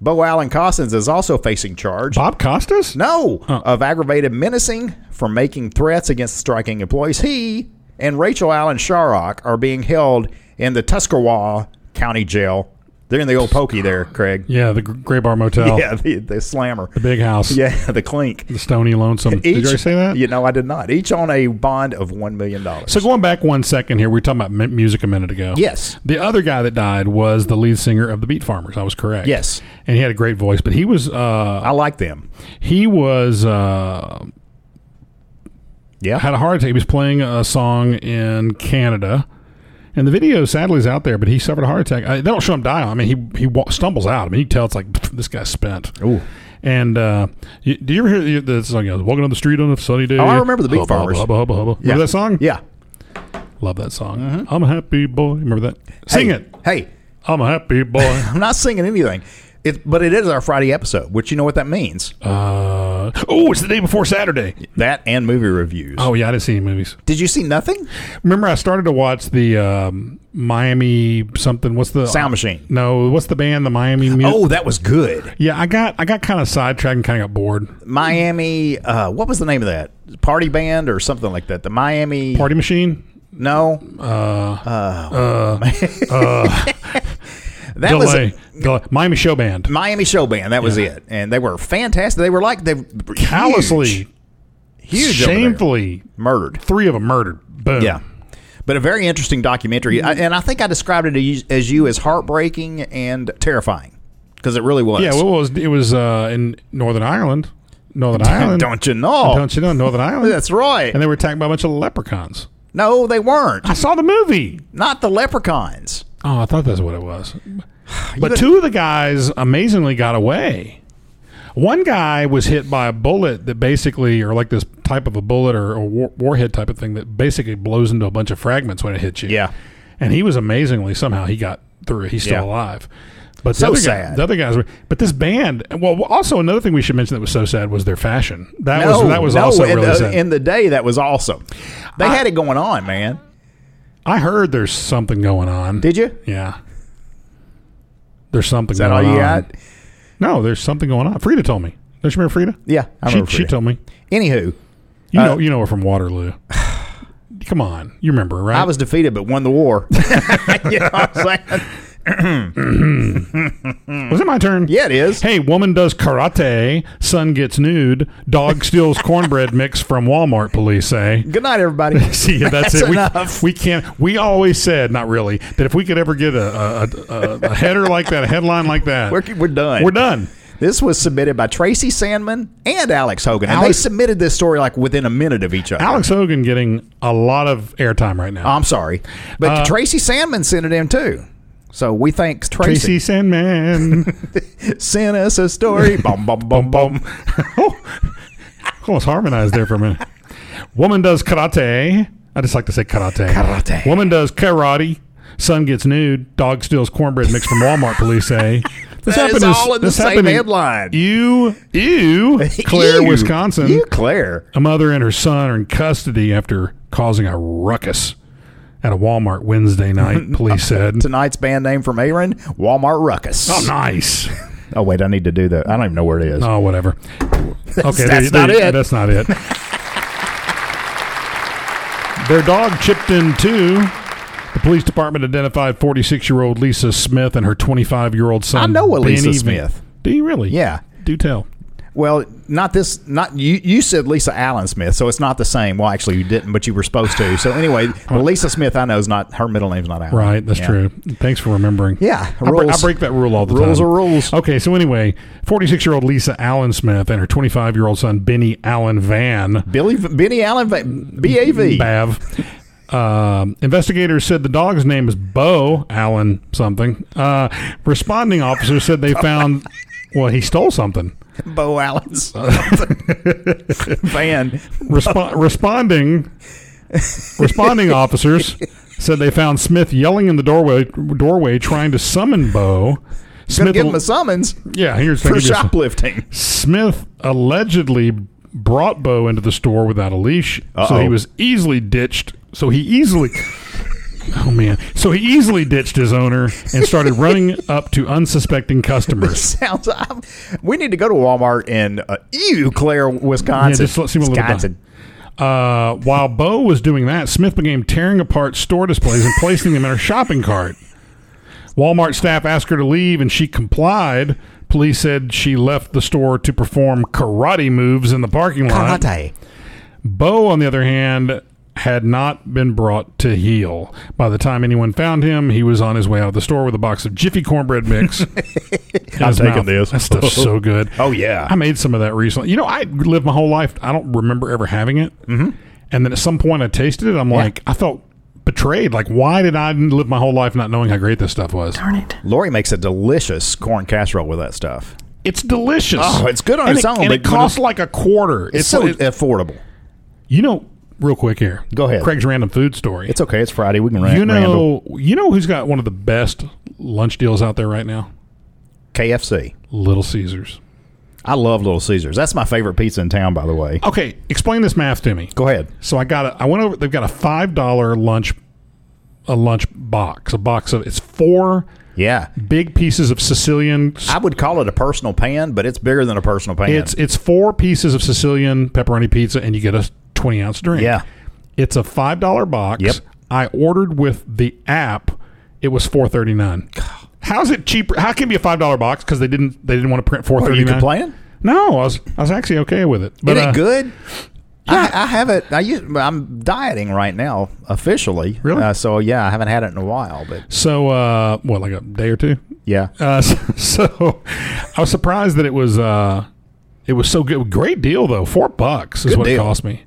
Speaker 4: Bo Allen Costins is also facing
Speaker 3: [LAUGHS]
Speaker 4: charge.
Speaker 3: Bob Costas?
Speaker 4: No, of aggravated menacing for making threats against striking employees. He and Rachel Allen Sharrock are being held in the Tuscarawas County Jail. They're in the old pokey there, Craig.
Speaker 3: Yeah, the Gr- Gray Bar Motel.
Speaker 4: [LAUGHS] Yeah, the, the slammer.
Speaker 3: The big house.
Speaker 4: Yeah, [LAUGHS] the clink.
Speaker 3: The Stony Lonesome. Did you already say that?
Speaker 4: You know, I did not. Each on a bond of $1 million.
Speaker 3: So going back one second here, we were talking about mu- music a minute ago.
Speaker 4: Yes.
Speaker 3: The other guy that died was the lead singer of the Beat Farmers. I was correct.
Speaker 4: Yes.
Speaker 3: And he had a great voice, but he was uh,
Speaker 4: I like them.
Speaker 3: he was uh,
Speaker 4: Yeah.
Speaker 3: had a heart attack. He was playing a song in Canada, and the video sadly is out there. But he suffered a heart attack. I, they don't show him die. I mean, he he wa- stumbles out. I mean, you can tell it's like "Pff, this guy's spent.
Speaker 4: Ooh.
Speaker 3: And uh, you, do you ever hear the, the song? You know, Walking on the street on a sunny day.
Speaker 4: Oh, I remember the Beat
Speaker 3: Hubba,
Speaker 4: Farmers.
Speaker 3: Hubba, hubba, hubba.
Speaker 4: Yeah.
Speaker 3: Remember that song?
Speaker 4: Yeah. Mm-hmm.
Speaker 3: Love that song. I'm a happy boy. Remember that? Sing
Speaker 4: hey,
Speaker 3: it.
Speaker 4: Hey,
Speaker 3: I'm a happy boy.
Speaker 4: I'm not singing anything. It, but it is our Friday episode, which you know what that means.
Speaker 3: uh, oh, it's the day before Saturday.
Speaker 4: That and movie reviews.
Speaker 3: Oh yeah, I didn't see any movies.
Speaker 4: Did you see nothing?
Speaker 3: Remember, I started to watch the um, Miami something. What's the
Speaker 4: Sound Machine.
Speaker 3: No, what's the band? The Miami. Mu-
Speaker 4: Oh, that was good.
Speaker 3: yeah. I got I got kind of sidetracked and kind of got bored.
Speaker 4: Miami. Uh, what was the name of that party band or something like that? The Miami.
Speaker 3: Party Machine.
Speaker 4: No. Uh. [LAUGHS] that
Speaker 3: uh, Delay.
Speaker 4: was
Speaker 3: Delay. Miami Show Band.
Speaker 4: Miami show band. That was it, and they were fantastic. They were like they were
Speaker 3: Callously,
Speaker 4: huge, huge over there.
Speaker 3: shamefully,
Speaker 4: murdered.
Speaker 3: three of them murdered. Boom.
Speaker 4: Yeah. But a very interesting documentary. I, and I think I described it as- as you as heartbreaking and terrifying because it really was.
Speaker 3: Yeah. Well, it was it was uh, in Northern Ireland. Northern Ireland.
Speaker 4: Don't you know?
Speaker 3: Don't you know Northern Ireland?
Speaker 4: That's right.
Speaker 3: And they were attacked by a bunch of leprechauns.
Speaker 4: no, they weren't.
Speaker 3: I saw the movie.
Speaker 4: Not the leprechauns.
Speaker 3: Oh, I thought that's what it
Speaker 4: [SIGHS]
Speaker 3: was. But
Speaker 4: gotta-
Speaker 3: two of the guys amazingly got away. One guy was hit by a bullet that basically, or like this type of a bullet or a war- warhead type of thing that basically blows into a bunch of fragments when it hits you.
Speaker 4: Yeah.
Speaker 3: And he was amazingly somehow he got through. it. He's still
Speaker 4: Yeah.
Speaker 3: alive. But the
Speaker 4: So
Speaker 3: other guy-
Speaker 4: sad.
Speaker 3: the other guys were. But this band. Well, also another thing we should mention that was so sad was their fashion. That
Speaker 4: no,
Speaker 3: was that was
Speaker 4: no, uh,
Speaker 3: also
Speaker 4: in,
Speaker 3: really
Speaker 4: the,
Speaker 3: sad.
Speaker 4: in the day, that was awesome. They had it going on, man.
Speaker 3: I heard there's something going on.
Speaker 4: Did you? Is
Speaker 3: Yeah. There's something. Is
Speaker 4: that all
Speaker 3: going
Speaker 4: you
Speaker 3: on.
Speaker 4: got?
Speaker 3: No, there's something going on. Frida told me. Don't you remember Frida?
Speaker 4: Yeah, I
Speaker 3: she,
Speaker 4: remember
Speaker 3: she
Speaker 4: Frida.
Speaker 3: told me.
Speaker 4: Anywho,
Speaker 3: You
Speaker 4: Uh,
Speaker 3: know, you know her from Waterloo. [SIGHS] Come on, you remember, her, right?
Speaker 4: I was defeated but won the war. [LAUGHS] you know what I'm saying?
Speaker 3: Was it my turn?
Speaker 4: Yeah, it is.
Speaker 3: Hey, woman does karate. Son gets nude. Dog
Speaker 4: [LAUGHS]
Speaker 3: steals cornbread mix from Walmart. Police say.
Speaker 4: Good night, everybody.
Speaker 3: [LAUGHS] See, that's, it. We-
Speaker 4: enough.
Speaker 3: We, can't. We always said, not really, that if we could ever get a a, a, a header like that, a headline like that,
Speaker 4: We're, we're done.
Speaker 3: we're done.
Speaker 4: This was submitted by Tracy Sandman and Alex Hogan. And they
Speaker 3: Alex-
Speaker 4: submitted this story like within a minute of each other.
Speaker 3: Alex Hogan getting a lot of airtime right now.
Speaker 4: I'm sorry. But
Speaker 3: Uh,
Speaker 4: Tracy Sandman sent it in too. So we thank
Speaker 3: Tracy
Speaker 4: Tracy.
Speaker 3: Sandman.
Speaker 4: Sent us
Speaker 3: [LAUGHS]
Speaker 4: a story. bum, bum, bum, bum.
Speaker 3: oh, [LAUGHS] almost harmonized there for a minute. Woman does karate. I just like to say karate.
Speaker 4: Karate.
Speaker 3: Woman does karate. Son gets nude. Dog steals cornbread mixed from Walmart. Police
Speaker 4: [LAUGHS]
Speaker 3: say. This
Speaker 4: That is
Speaker 3: happened
Speaker 4: all in the
Speaker 3: this
Speaker 4: same
Speaker 3: happened in
Speaker 4: headline.
Speaker 3: Ew, ew, [LAUGHS]
Speaker 4: [LAUGHS]
Speaker 3: Claire,
Speaker 4: You-
Speaker 3: Wisconsin.
Speaker 4: You, Claire.
Speaker 3: A mother and her son are in custody after causing a ruckus at a Walmart Wednesday
Speaker 4: [LAUGHS]
Speaker 3: night. Police said.
Speaker 4: Tonight's band name from Aaron, Walmart Ruckus.
Speaker 3: Oh, nice.
Speaker 4: Oh, wait, I need to do that. I don't even know where it is.
Speaker 3: Oh, [LAUGHS] whatever. Okay, there-
Speaker 4: that's not
Speaker 3: there-
Speaker 4: it.
Speaker 3: That's not it. [LAUGHS] Their dog chipped in too. The police department identified 46-year-old Lisa Smith and her 25-year-old son.
Speaker 4: I know a Lisa
Speaker 3: Benny Van-
Speaker 4: Smith.
Speaker 3: Do you really?
Speaker 4: Yeah.
Speaker 3: Do tell.
Speaker 4: Well, not this. Not you. You said Lisa Allen Smith, so it's not the same. Well, actually, you didn't, but you were supposed to.
Speaker 3: [LAUGHS]
Speaker 4: So anyway, the Lisa Smith I know is not her middle name's not Allen.
Speaker 3: Oh. Right, that's
Speaker 4: Yeah.
Speaker 3: true. Thanks for remembering.
Speaker 4: Yeah,
Speaker 3: I, bre- I
Speaker 4: rules.
Speaker 3: break that rule all the
Speaker 4: Rules
Speaker 3: time.
Speaker 4: are rules.
Speaker 3: Okay, so anyway, 46-year-old Lisa Allen Smith and her 25-year-old son Benny Allen Van
Speaker 4: Billy Benny Allen
Speaker 3: [LAUGHS]
Speaker 4: Va- BAV.
Speaker 3: Bav. Um, investigators said the dog's name is Bo Allen something. Uh, responding officers said they found. Well, he stole something. [LAUGHS]
Speaker 4: Bo Allen's Van.
Speaker 3: Respo- responding, responding officers said they found Smith yelling in the doorway, doorway trying to summon Bo.
Speaker 4: Gonna
Speaker 3: Smith,
Speaker 4: give him a summons
Speaker 3: yeah, here's
Speaker 4: for
Speaker 3: thinking this-
Speaker 4: shoplifting. [LAUGHS]
Speaker 3: Smith allegedly brought Bo into the store without a leash, so
Speaker 4: Uh-oh.
Speaker 3: he was easily ditched. So he easily. Oh man! So he easily ditched his owner and started running up to unsuspecting
Speaker 4: [LAUGHS]
Speaker 3: customers.
Speaker 4: Sounds. I'm, we need to go to Walmart in uh, ew, Claire, Wisconsin.
Speaker 3: Yeah, just let's see what little
Speaker 4: Wisconsin.
Speaker 3: Uh, while Bo was doing that, Smith began tearing apart store displays and placing them in her shopping cart. Walmart staff asked her to leave, and she complied. Police said she left the store to perform karate moves in the parking lot.
Speaker 4: Karate.
Speaker 3: Bo, on the other hand, had not been brought to heel. By the time anyone found him, he was on his way out of the store with a box of Jiffy cornbread
Speaker 4: [LAUGHS]
Speaker 3: mix. in his
Speaker 4: taking
Speaker 3: mouth.
Speaker 4: this.
Speaker 3: That stuff's
Speaker 4: [LAUGHS]
Speaker 3: so good.
Speaker 4: Oh, yeah.
Speaker 3: I made some of that recently. You know, I lived my whole life. I don't remember ever having it. Mm-hmm. And then at some point, I tasted it. I'm like, I felt betrayed. Like, why did I live my whole life not knowing how great this stuff was?
Speaker 1: Darn it.
Speaker 4: Lori makes a delicious corn casserole with that stuff.
Speaker 3: It's delicious.
Speaker 4: Oh, it's good on
Speaker 3: and
Speaker 4: its
Speaker 3: it,
Speaker 4: own,
Speaker 3: and
Speaker 4: but
Speaker 3: it
Speaker 4: when
Speaker 3: costs like a quarter.
Speaker 4: It's, so
Speaker 3: it-
Speaker 4: affordable.
Speaker 3: you know. Real quick here.
Speaker 4: Go ahead.
Speaker 3: Craig's random food story.
Speaker 4: It's okay. It's Friday. We can rant.
Speaker 3: you know,
Speaker 4: Randall.
Speaker 3: you know who's got one of the best lunch deals out there right now?
Speaker 4: KFC.
Speaker 3: Little Caesars.
Speaker 4: I love Little Caesars. That's my favorite pizza in town, by the way.
Speaker 3: Okay, explain this math to me.
Speaker 4: Go ahead.
Speaker 3: So I got a, I went over. They've got a five dollar lunch, a lunch box, a box of it's four
Speaker 4: Yeah.
Speaker 3: big pieces of Sicilian.
Speaker 4: I would call it a personal pan, but it's bigger than a personal pan.
Speaker 3: It's it's four pieces of Sicilian pepperoni pizza, and you get a twenty ounce drink.
Speaker 4: Yeah.
Speaker 3: it's a five dollar box.
Speaker 4: Yep.
Speaker 3: I ordered with the app. It was four thirty nine. How's it cheaper? How can it be a five dollar box? Because they didn't they didn't want to print four
Speaker 4: Are
Speaker 3: thirty
Speaker 4: you
Speaker 3: nine.
Speaker 4: complaining?
Speaker 3: No, I was I was actually okay with it. But
Speaker 4: It ain't
Speaker 3: uh,
Speaker 4: good. I, I haven't. I use, I'm dieting right now officially.
Speaker 3: Really?
Speaker 4: Uh, so yeah, I haven't had it in a while. But
Speaker 3: So uh, what, like a day or two?
Speaker 4: yeah,
Speaker 3: Uh, [LAUGHS] so, so I was surprised that it was uh, it was so good. Great deal though. Four bucks is
Speaker 4: Good
Speaker 3: what it
Speaker 4: deal.
Speaker 3: cost me.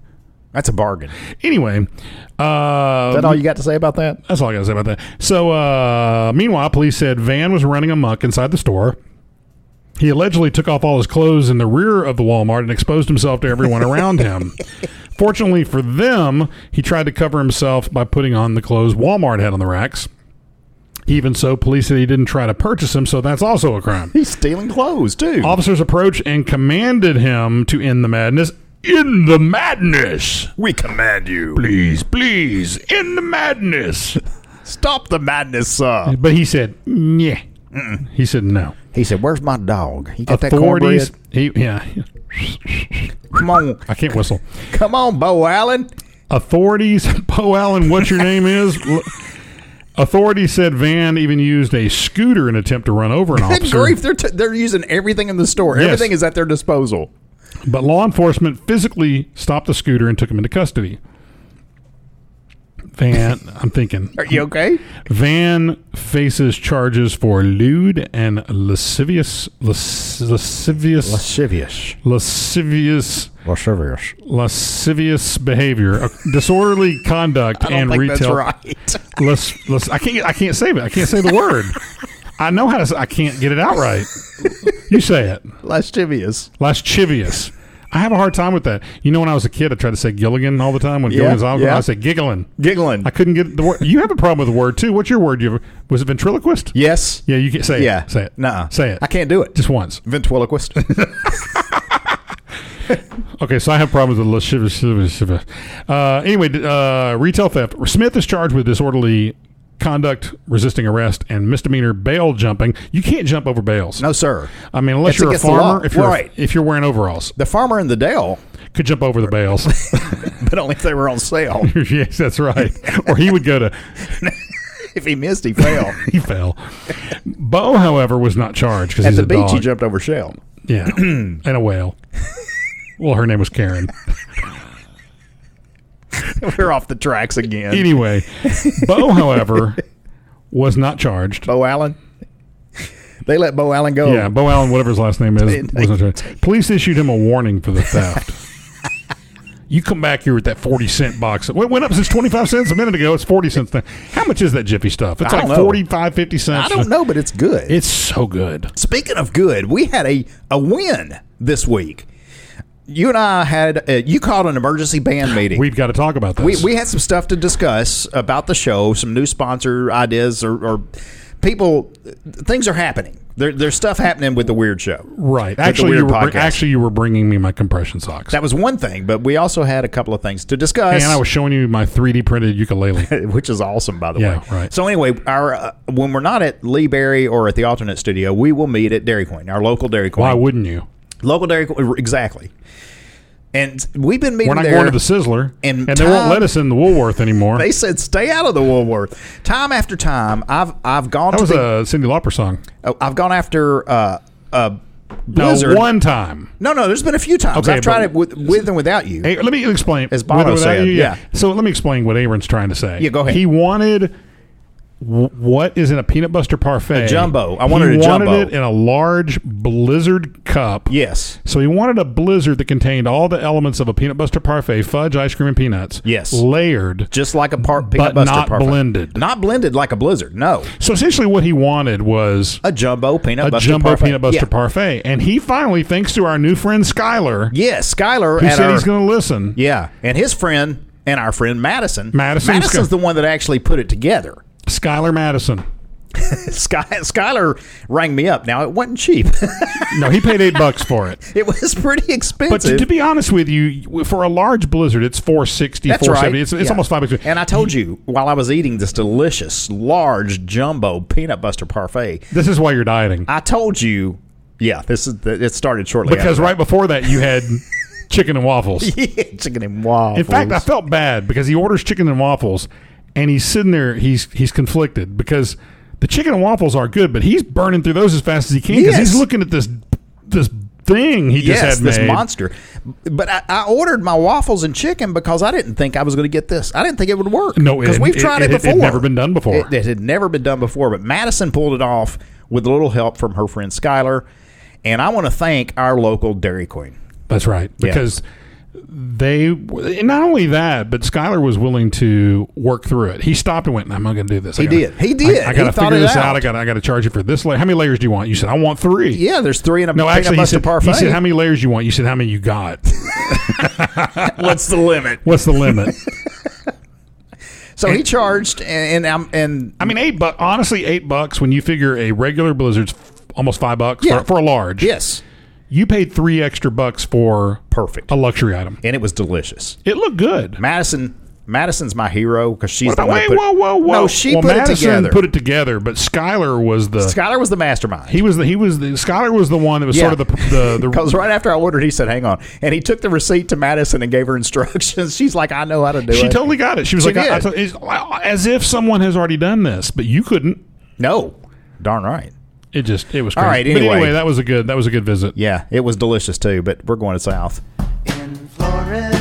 Speaker 4: that's a bargain.
Speaker 3: Anyway, uh,
Speaker 4: Is that all you got to say about that?
Speaker 3: That's all I got to say about that. So, uh, meanwhile, police said Van was running amok inside the store. He allegedly took off all his clothes in the rear of the Walmart and exposed himself to everyone around him. Fortunately for them, he tried to cover himself by putting on the clothes Walmart had on the racks. Even so, police said he didn't try to purchase them, so that's also a crime.
Speaker 4: He's stealing clothes too.
Speaker 3: Officers approached and commanded him to end the madness. In the madness!
Speaker 4: we command you.
Speaker 3: Please, please, in the madness!
Speaker 4: Stop the madness, sir.
Speaker 3: But he said, yeah. He said no.
Speaker 4: He said, "Where's my dog? He got that cornbread.
Speaker 3: Authorities. He, yeah.
Speaker 4: Come on,
Speaker 3: I can't whistle.
Speaker 4: come on, Bo Allen.
Speaker 3: Authorities. [LAUGHS] Poe Allen, what your name is? l- Authorities said Van even used a scooter in an attempt to run over an
Speaker 4: Good
Speaker 3: officer.
Speaker 4: grief, they're t- they're using everything in the store.
Speaker 3: Yes.
Speaker 4: Everything is at their disposal.
Speaker 3: But law enforcement physically stopped the scooter and took him into custody.
Speaker 4: [LAUGHS]
Speaker 3: Van, I'm thinking.
Speaker 4: Are you okay?
Speaker 3: Van faces charges for lewd and lascivious, lasci- lascivious,
Speaker 4: Lascivious.
Speaker 3: lascivious,
Speaker 4: Lascivious.
Speaker 3: lascivious behavior, uh,
Speaker 4: [LAUGHS]
Speaker 3: disorderly conduct,
Speaker 4: I don't
Speaker 3: and
Speaker 4: think
Speaker 3: retail.
Speaker 4: that's right. [LAUGHS]
Speaker 3: Las, las, I can't. I can't say it. I can't say the word. I know how to. Say, I can't get it out right. You say it.
Speaker 4: Lascivious.
Speaker 3: Lascivious. I have a hard time with that. You know, when I was a kid, I tried to say Gilligan all the time. When
Speaker 4: Yeah,
Speaker 3: Gilligan's on,
Speaker 4: yeah.
Speaker 3: I said giggling.
Speaker 4: Giggling.
Speaker 3: I couldn't get the word. You have a problem with the word too. What's your word? You ever, was it ventriloquist?
Speaker 4: yes.
Speaker 3: Yeah, you can say
Speaker 4: Yeah.
Speaker 3: it. Say it.
Speaker 4: Nuh-uh.
Speaker 3: Say it.
Speaker 4: I can't do it.
Speaker 3: Just once.
Speaker 4: Ventriloquist.
Speaker 3: [LAUGHS] Okay, so I have problems with lascivious. lascivious- Uh, anyway, d- uh, retail theft. Smith is charged with disorderly conduct, resisting arrest, and misdemeanor bail jumping. You can't jump over bails.
Speaker 4: no, sir.
Speaker 3: I mean, unless
Speaker 4: It's
Speaker 3: you're a
Speaker 4: against the law.
Speaker 3: farmer, if you're
Speaker 4: Right.
Speaker 3: if you're wearing overalls,
Speaker 4: The farmer in the Dell, [LAUGHS]
Speaker 3: could jump over the bails. [LAUGHS]
Speaker 4: but only if they were on sale.
Speaker 3: yes, that's right. Or he would go to
Speaker 4: if he missed, he fell.
Speaker 3: he fell. Bo, however, was not charged because
Speaker 4: At
Speaker 3: he's
Speaker 4: the
Speaker 3: a
Speaker 4: beach,
Speaker 3: dog.
Speaker 4: he jumped over shell. [LAUGHS] [CLEARS THROAT]
Speaker 3: Yeah, and a whale. Well, her name was
Speaker 4: [LAUGHS]
Speaker 3: Karen.
Speaker 4: we're off the tracks again.
Speaker 3: Anyway, Bo,
Speaker 4: [LAUGHS]
Speaker 3: however, was not charged.
Speaker 4: Bo Allen. They let Bo Allen go.
Speaker 3: Yeah, Bo Allen, whatever his last name is, was not charged. Police issued him a warning for the theft.
Speaker 4: [LAUGHS]
Speaker 3: You come back here with that forty cent box. It went up since twenty five cents a minute ago. It's forty cents now. How much is that Jiffy stuff? It's
Speaker 4: I
Speaker 3: like
Speaker 4: don't know.
Speaker 3: 45, 50 cents.
Speaker 4: I don't know, but it's good.
Speaker 3: It's so good.
Speaker 4: Speaking of good, we had a, a win this week. You and I had, a, you called an emergency band meeting.
Speaker 3: We've got to talk about
Speaker 4: we,
Speaker 3: this.
Speaker 4: we had some stuff to discuss about the show, some new sponsor ideas or, or people, things are happening. There, there's stuff happening with the weird show.
Speaker 3: right.
Speaker 4: With the
Speaker 3: Actually,
Speaker 4: Weird
Speaker 3: you were, br-
Speaker 4: Podcast.
Speaker 3: actually, you were bringing me my compression socks,
Speaker 4: That was one thing, but we also had a couple of things to discuss.
Speaker 3: and I was showing you my three D printed ukulele.
Speaker 4: [LAUGHS] which is awesome, by the
Speaker 3: Yeah,
Speaker 4: way.
Speaker 3: right.
Speaker 4: So anyway, our uh, when we're not at Lee Berry or at the alternate studio, we will meet at Dairy Queen, our local Dairy Queen.
Speaker 3: Why wouldn't you?
Speaker 4: Local Dairy Queen, exactly. And we've been meeting
Speaker 3: We're not
Speaker 4: there.
Speaker 3: going to the Sizzler,
Speaker 4: And
Speaker 3: and, they won't
Speaker 4: time-
Speaker 3: let us in the Woolworth anymore.
Speaker 4: they said, "Stay out of the Woolworth." Time after time, I've I've gone
Speaker 3: that
Speaker 4: to
Speaker 3: was
Speaker 4: the,
Speaker 3: a Cindy Lauper song.
Speaker 4: oh, I've gone after uh, uh,
Speaker 3: No,
Speaker 4: Blizzard.
Speaker 3: one time.
Speaker 4: No, no, there's been a few times
Speaker 3: Okay,
Speaker 4: I've tried
Speaker 3: but-
Speaker 4: it with, with and without you.
Speaker 3: Hey, let me explain.
Speaker 4: As Bono
Speaker 3: With or without
Speaker 4: said,
Speaker 3: you,
Speaker 4: yeah.
Speaker 3: So let me explain what Aaron's trying to say.
Speaker 4: Yeah, go ahead.
Speaker 3: He wanted w- what is in a peanut butter parfait.
Speaker 4: A jumbo. I wanted
Speaker 3: he
Speaker 4: a
Speaker 3: wanted
Speaker 4: jumbo.
Speaker 3: it in a large Blizzard cup.
Speaker 4: yes,
Speaker 3: So he wanted a blizzard that contained all the elements of a peanut butter parfait, fudge, ice cream, and peanuts.
Speaker 4: Yes.
Speaker 3: Layered.
Speaker 4: just like a par-
Speaker 3: But
Speaker 4: peanut butter
Speaker 3: not
Speaker 4: parfait.
Speaker 3: blended.
Speaker 4: not blended like a blizzard. No,
Speaker 3: So essentially what he wanted was
Speaker 4: a jumbo peanut
Speaker 3: a
Speaker 4: butter
Speaker 3: jumbo
Speaker 4: parfait.
Speaker 3: peanut butter
Speaker 4: Yeah.
Speaker 3: parfait. And he finally, thanks to our new friend Skylar,
Speaker 4: Yeah, Skyler
Speaker 3: who
Speaker 4: at
Speaker 3: said
Speaker 4: our,
Speaker 3: he's going to listen.
Speaker 4: yeah, and his friend and our friend Madison.
Speaker 3: Madison's
Speaker 4: Madison's
Speaker 3: go-
Speaker 4: the one that actually put it together. [LAUGHS]
Speaker 3: Skylar Madison.
Speaker 4: Sky, Skyler rang me up. Now it wasn't cheap. [LAUGHS]
Speaker 3: No, he paid eight bucks for it.
Speaker 4: it was pretty
Speaker 3: But to,
Speaker 4: expensive.
Speaker 3: to be honest with you, for a large blizzard, it's 460
Speaker 4: That's
Speaker 3: 470
Speaker 4: right.
Speaker 3: It's, it's
Speaker 4: Yeah.
Speaker 3: almost five bucks.
Speaker 4: and I told you while I was eating this delicious large jumbo peanut butter parfait,
Speaker 3: This is why you're dieting.
Speaker 4: I told you, yeah, this is the, it started shortly
Speaker 3: Because right before that, you
Speaker 4: [LAUGHS]
Speaker 3: had chicken and waffles.
Speaker 4: after. [LAUGHS] Yeah, chicken and waffles.
Speaker 3: In fact, I felt bad because he orders chicken and waffles, and he's sitting there. He's he's conflicted because the chicken and waffles are good, but he's burning through those as fast as he can because
Speaker 4: Yes.
Speaker 3: he's looking at this this thing he just
Speaker 4: yes,
Speaker 3: had
Speaker 4: this
Speaker 3: made.
Speaker 4: monster. But I, I ordered my waffles and chicken because I didn't think I was going to get this. I didn't think it would work.
Speaker 3: No, it-
Speaker 4: because we've
Speaker 3: it-
Speaker 4: tried
Speaker 3: it-
Speaker 4: it,
Speaker 3: it had
Speaker 4: before.
Speaker 3: never been done before.
Speaker 4: It, it had never been done before. But Madison pulled it off with a little help from her friend Skylar, and I want to thank our local Dairy Queen.
Speaker 3: That's right
Speaker 4: Yeah.
Speaker 3: because. They and not only that, but Skylar was willing to work through it. He stopped and went, "I'm not going to do this." He
Speaker 4: did. He did.
Speaker 3: I, I got
Speaker 4: He
Speaker 3: to
Speaker 4: thought
Speaker 3: figure
Speaker 4: it
Speaker 3: this out.
Speaker 4: out.
Speaker 3: I got. I got to charge you for this layer. How many layers do you want? You said I want three.
Speaker 4: Yeah, there's three in a
Speaker 3: No,
Speaker 4: peanut
Speaker 3: actually, he
Speaker 4: butter
Speaker 3: said,
Speaker 4: parfait.
Speaker 3: he said, "How many layers you want?" You said, "How many you got?"
Speaker 4: What's the limit?
Speaker 3: What's the limit?
Speaker 4: [LAUGHS] So he charged, and and, I'm, and
Speaker 3: I mean, eight bucks. Honestly, eight bucks when you figure a regular Blizzard's f- almost five bucks
Speaker 4: Yeah.
Speaker 3: for, for a large.
Speaker 4: yes,
Speaker 3: You paid three extra bucks for
Speaker 4: perfect,
Speaker 3: a luxury item.
Speaker 4: and it was delicious.
Speaker 3: It looked good.
Speaker 4: Madison, Madison's my hero because she's the
Speaker 3: But
Speaker 4: one. that
Speaker 3: wait,
Speaker 4: put-
Speaker 3: whoa, whoa, whoa!
Speaker 4: No, she
Speaker 3: well,
Speaker 4: put
Speaker 3: Madison
Speaker 4: it together. [LAUGHS]
Speaker 3: Put it together, but Skylar was the
Speaker 4: Skylar was the mastermind. [LAUGHS]
Speaker 3: he was the he was the Skylar was the one that was
Speaker 4: Yeah.
Speaker 3: sort of the
Speaker 4: [LAUGHS]
Speaker 3: the, the
Speaker 4: Because right after I ordered, he said, "Hang on," and he took the receipt to Madison and gave her instructions. [LAUGHS] She's like, "I know how to do
Speaker 3: she
Speaker 4: it."
Speaker 3: totally got it. She was
Speaker 4: She
Speaker 3: like, I, I
Speaker 4: did.
Speaker 3: thought- it's- as if someone has already done this, but you couldn't.
Speaker 4: no, darn right.
Speaker 3: It just it was crazy.
Speaker 4: right,
Speaker 3: But
Speaker 4: anyway.
Speaker 3: anyway, that was a good that was a good visit.
Speaker 4: Yeah, it was delicious too. But we're going south.
Speaker 1: In Florida,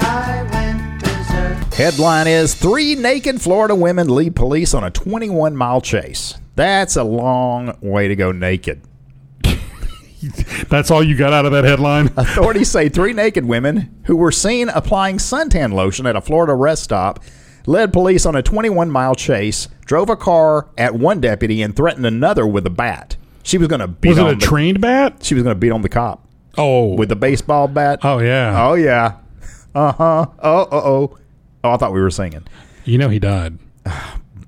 Speaker 1: I went berserk.
Speaker 4: Headline is Three naked Florida women lead police on a 21 mile chase. That's a long way to go naked.
Speaker 3: [LAUGHS] That's all you got out of that headline?
Speaker 4: Authorities say three naked women who were seen applying suntan lotion at a Florida rest stop led police on a 21 mile chase, drove a car at one deputy, and threatened another with a bat. She was going to [LAUGHS] beat
Speaker 3: Was it
Speaker 4: on
Speaker 3: a
Speaker 4: the,
Speaker 3: trained bat?
Speaker 4: She was going to beat on the cop
Speaker 3: Oh.
Speaker 4: with the baseball bat.
Speaker 3: oh, yeah.
Speaker 4: Oh yeah. Uh huh. Oh uh oh. Oh, I thought we were singing.
Speaker 3: You know he died.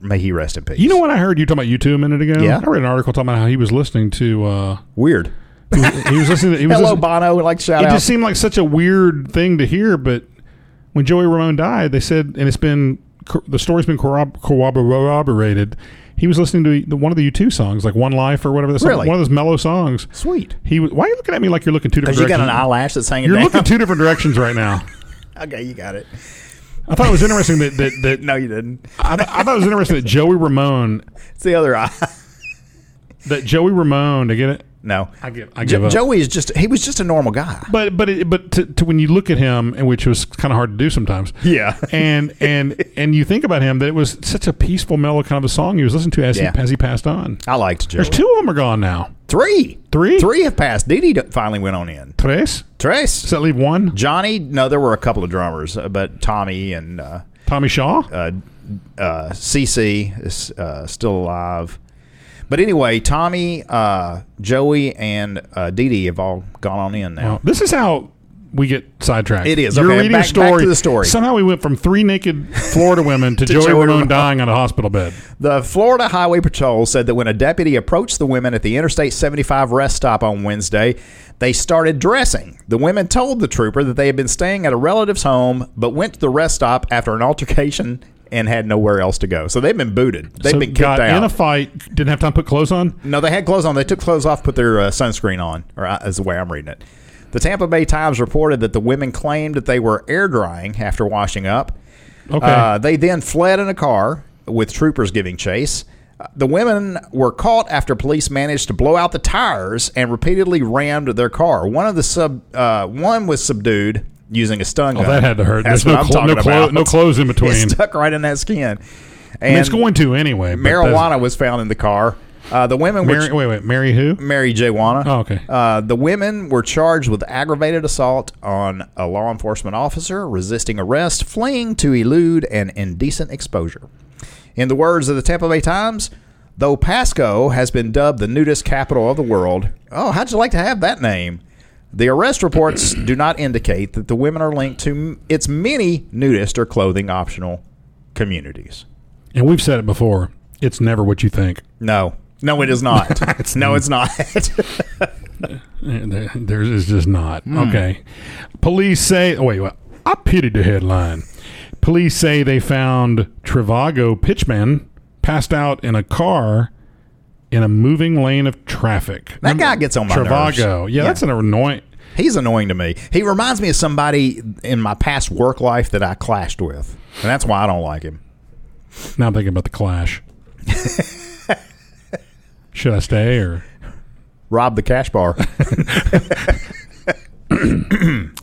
Speaker 4: May he rest in peace.
Speaker 3: You know what I heard you talking about you two a minute ago?
Speaker 4: Yeah.
Speaker 3: I read an article talking about how he was listening to. Uh,
Speaker 4: weird.
Speaker 3: he was- he was listening. To, he was
Speaker 4: [LAUGHS] Hello,
Speaker 3: listening-
Speaker 4: Bono. Like shout
Speaker 3: It
Speaker 4: out.
Speaker 3: just seemed like such a weird thing to hear. But when Joey Ramone died, they said, and it's been co- the story's been corrob- corroborated. He was listening to the- one of the U2 songs, like One Life or whatever. the song-
Speaker 4: Really?
Speaker 3: One of those mellow songs.
Speaker 4: Sweet.
Speaker 3: He was, why are you looking at me like you're looking two different
Speaker 4: Because you got
Speaker 3: directions?
Speaker 4: an eyelash that's hanging
Speaker 3: you're [LAUGHS]
Speaker 4: down.
Speaker 3: looking two different directions right
Speaker 4: [LAUGHS]
Speaker 3: now.
Speaker 4: okay, you got it.
Speaker 3: I thought it was interesting that that, that
Speaker 4: [LAUGHS] No, you didn't.
Speaker 3: I, th- I thought it was interesting that Joey Ramone
Speaker 4: It's the other eye. [LAUGHS]
Speaker 3: that Joey Ramone to get it.
Speaker 4: No.
Speaker 3: I give I give
Speaker 4: Jo-
Speaker 3: up.
Speaker 4: Joey is just he was just a normal guy.
Speaker 3: but but it, but to, to when you look at him, and which was kind of hard to do sometimes.
Speaker 4: Yeah.
Speaker 3: and and and you think about him that it was such a peaceful, mellow kind of a song he was listening to as
Speaker 4: Yeah.
Speaker 3: he as he passed on.
Speaker 4: [LAUGHS] I liked Joey.
Speaker 3: There's two of them are gone now.
Speaker 4: Three.
Speaker 3: Three?
Speaker 4: Three have passed. Dee Dee finally went on in.
Speaker 3: Tres. Does
Speaker 4: Trace.
Speaker 3: that leave one?
Speaker 4: Johnny, no, there were a couple of drummers, uh, but Tommy and uh,
Speaker 3: Tommy Shaw.
Speaker 4: uh, uh, CC is uh, still alive. But anyway, Tommy, uh, Joey, and uh, Dee Dee have all gone on in now.
Speaker 3: Well, this is how we get sidetracked.
Speaker 4: It is.
Speaker 3: You're
Speaker 4: Okay,
Speaker 3: reading
Speaker 4: back-
Speaker 3: a
Speaker 4: back
Speaker 3: story.
Speaker 4: to the story.
Speaker 3: Somehow we went from three naked Florida women
Speaker 4: [LAUGHS]
Speaker 3: to, Joey,
Speaker 4: Joey
Speaker 3: Ramone,
Speaker 4: Ramone.
Speaker 3: dying on a hospital bed.
Speaker 4: The Florida Highway Patrol said that when a deputy approached the women at the Interstate 75 rest stop on Wednesday, they started dressing. The women told the trooper that they had been staying at a relative's home, but went to the rest stop after an altercation and had nowhere else to go. So they've been booted. They've
Speaker 3: So
Speaker 4: been kicked
Speaker 3: got in
Speaker 4: out.
Speaker 3: a fight. Didn't have time to put clothes on.
Speaker 4: No, they had clothes on. They took clothes off, put their uh, sunscreen on, or uh, is the way I'm reading it. The Tampa Bay Times reported that the women claimed that they were air drying after washing up.
Speaker 3: Okay.
Speaker 4: Uh, they then fled in a car with troopers giving chase. Uh, The women were caught after police managed to blow out the tires and repeatedly rammed their car. One of the sub, uh, one was subdued using a stun gun.
Speaker 3: Oh, that had to hurt.
Speaker 4: That's
Speaker 3: There's
Speaker 4: what
Speaker 3: no clo-
Speaker 4: I'm talking
Speaker 3: no clo-
Speaker 4: about.
Speaker 3: no clothes
Speaker 4: [LAUGHS]
Speaker 3: in between.
Speaker 4: It's stuck right in that skin.
Speaker 3: I
Speaker 4: And
Speaker 3: mean, it's going to anyway. but that's-
Speaker 4: marijuana was found in the car. Uh, the women were
Speaker 3: Mary, wait, wait. Mary who?
Speaker 4: Mary J. Wana.
Speaker 3: Oh, okay.
Speaker 4: Uh, the women were charged with aggravated assault on a law enforcement officer, resisting arrest, fleeing to elude, and indecent exposure. In the words of the Tampa Bay Times, though Pasco has been dubbed the nudist capital of the world, oh, how'd you like to have that name? The arrest reports [CLEARS THROAT] do not indicate that the women are linked to m- its many nudist or clothing optional communities.
Speaker 3: And we've said it before. It's never what you think.
Speaker 4: No, no, it
Speaker 3: [LAUGHS]
Speaker 4: is not. no, it's not. [LAUGHS]
Speaker 3: Eh, There, [LAUGHS] there is just not.
Speaker 4: Hmm.
Speaker 3: Okay. Police say. Oh wait, wait. I pitied the headline. Police say they found Trivago Pitchman passed out in a car in a moving lane of traffic.
Speaker 4: That guy gets on my nerves.
Speaker 3: Trivago. Yeah,
Speaker 4: Yeah.
Speaker 3: that's an annoying.
Speaker 4: He's annoying to me. He reminds me of somebody in my past work life that I clashed with, and that's why I don't like him.
Speaker 3: Now I'm thinking about the
Speaker 4: [LAUGHS]
Speaker 3: Clash. Should I stay or?
Speaker 4: Rob the
Speaker 3: [LAUGHS]
Speaker 4: cash bar.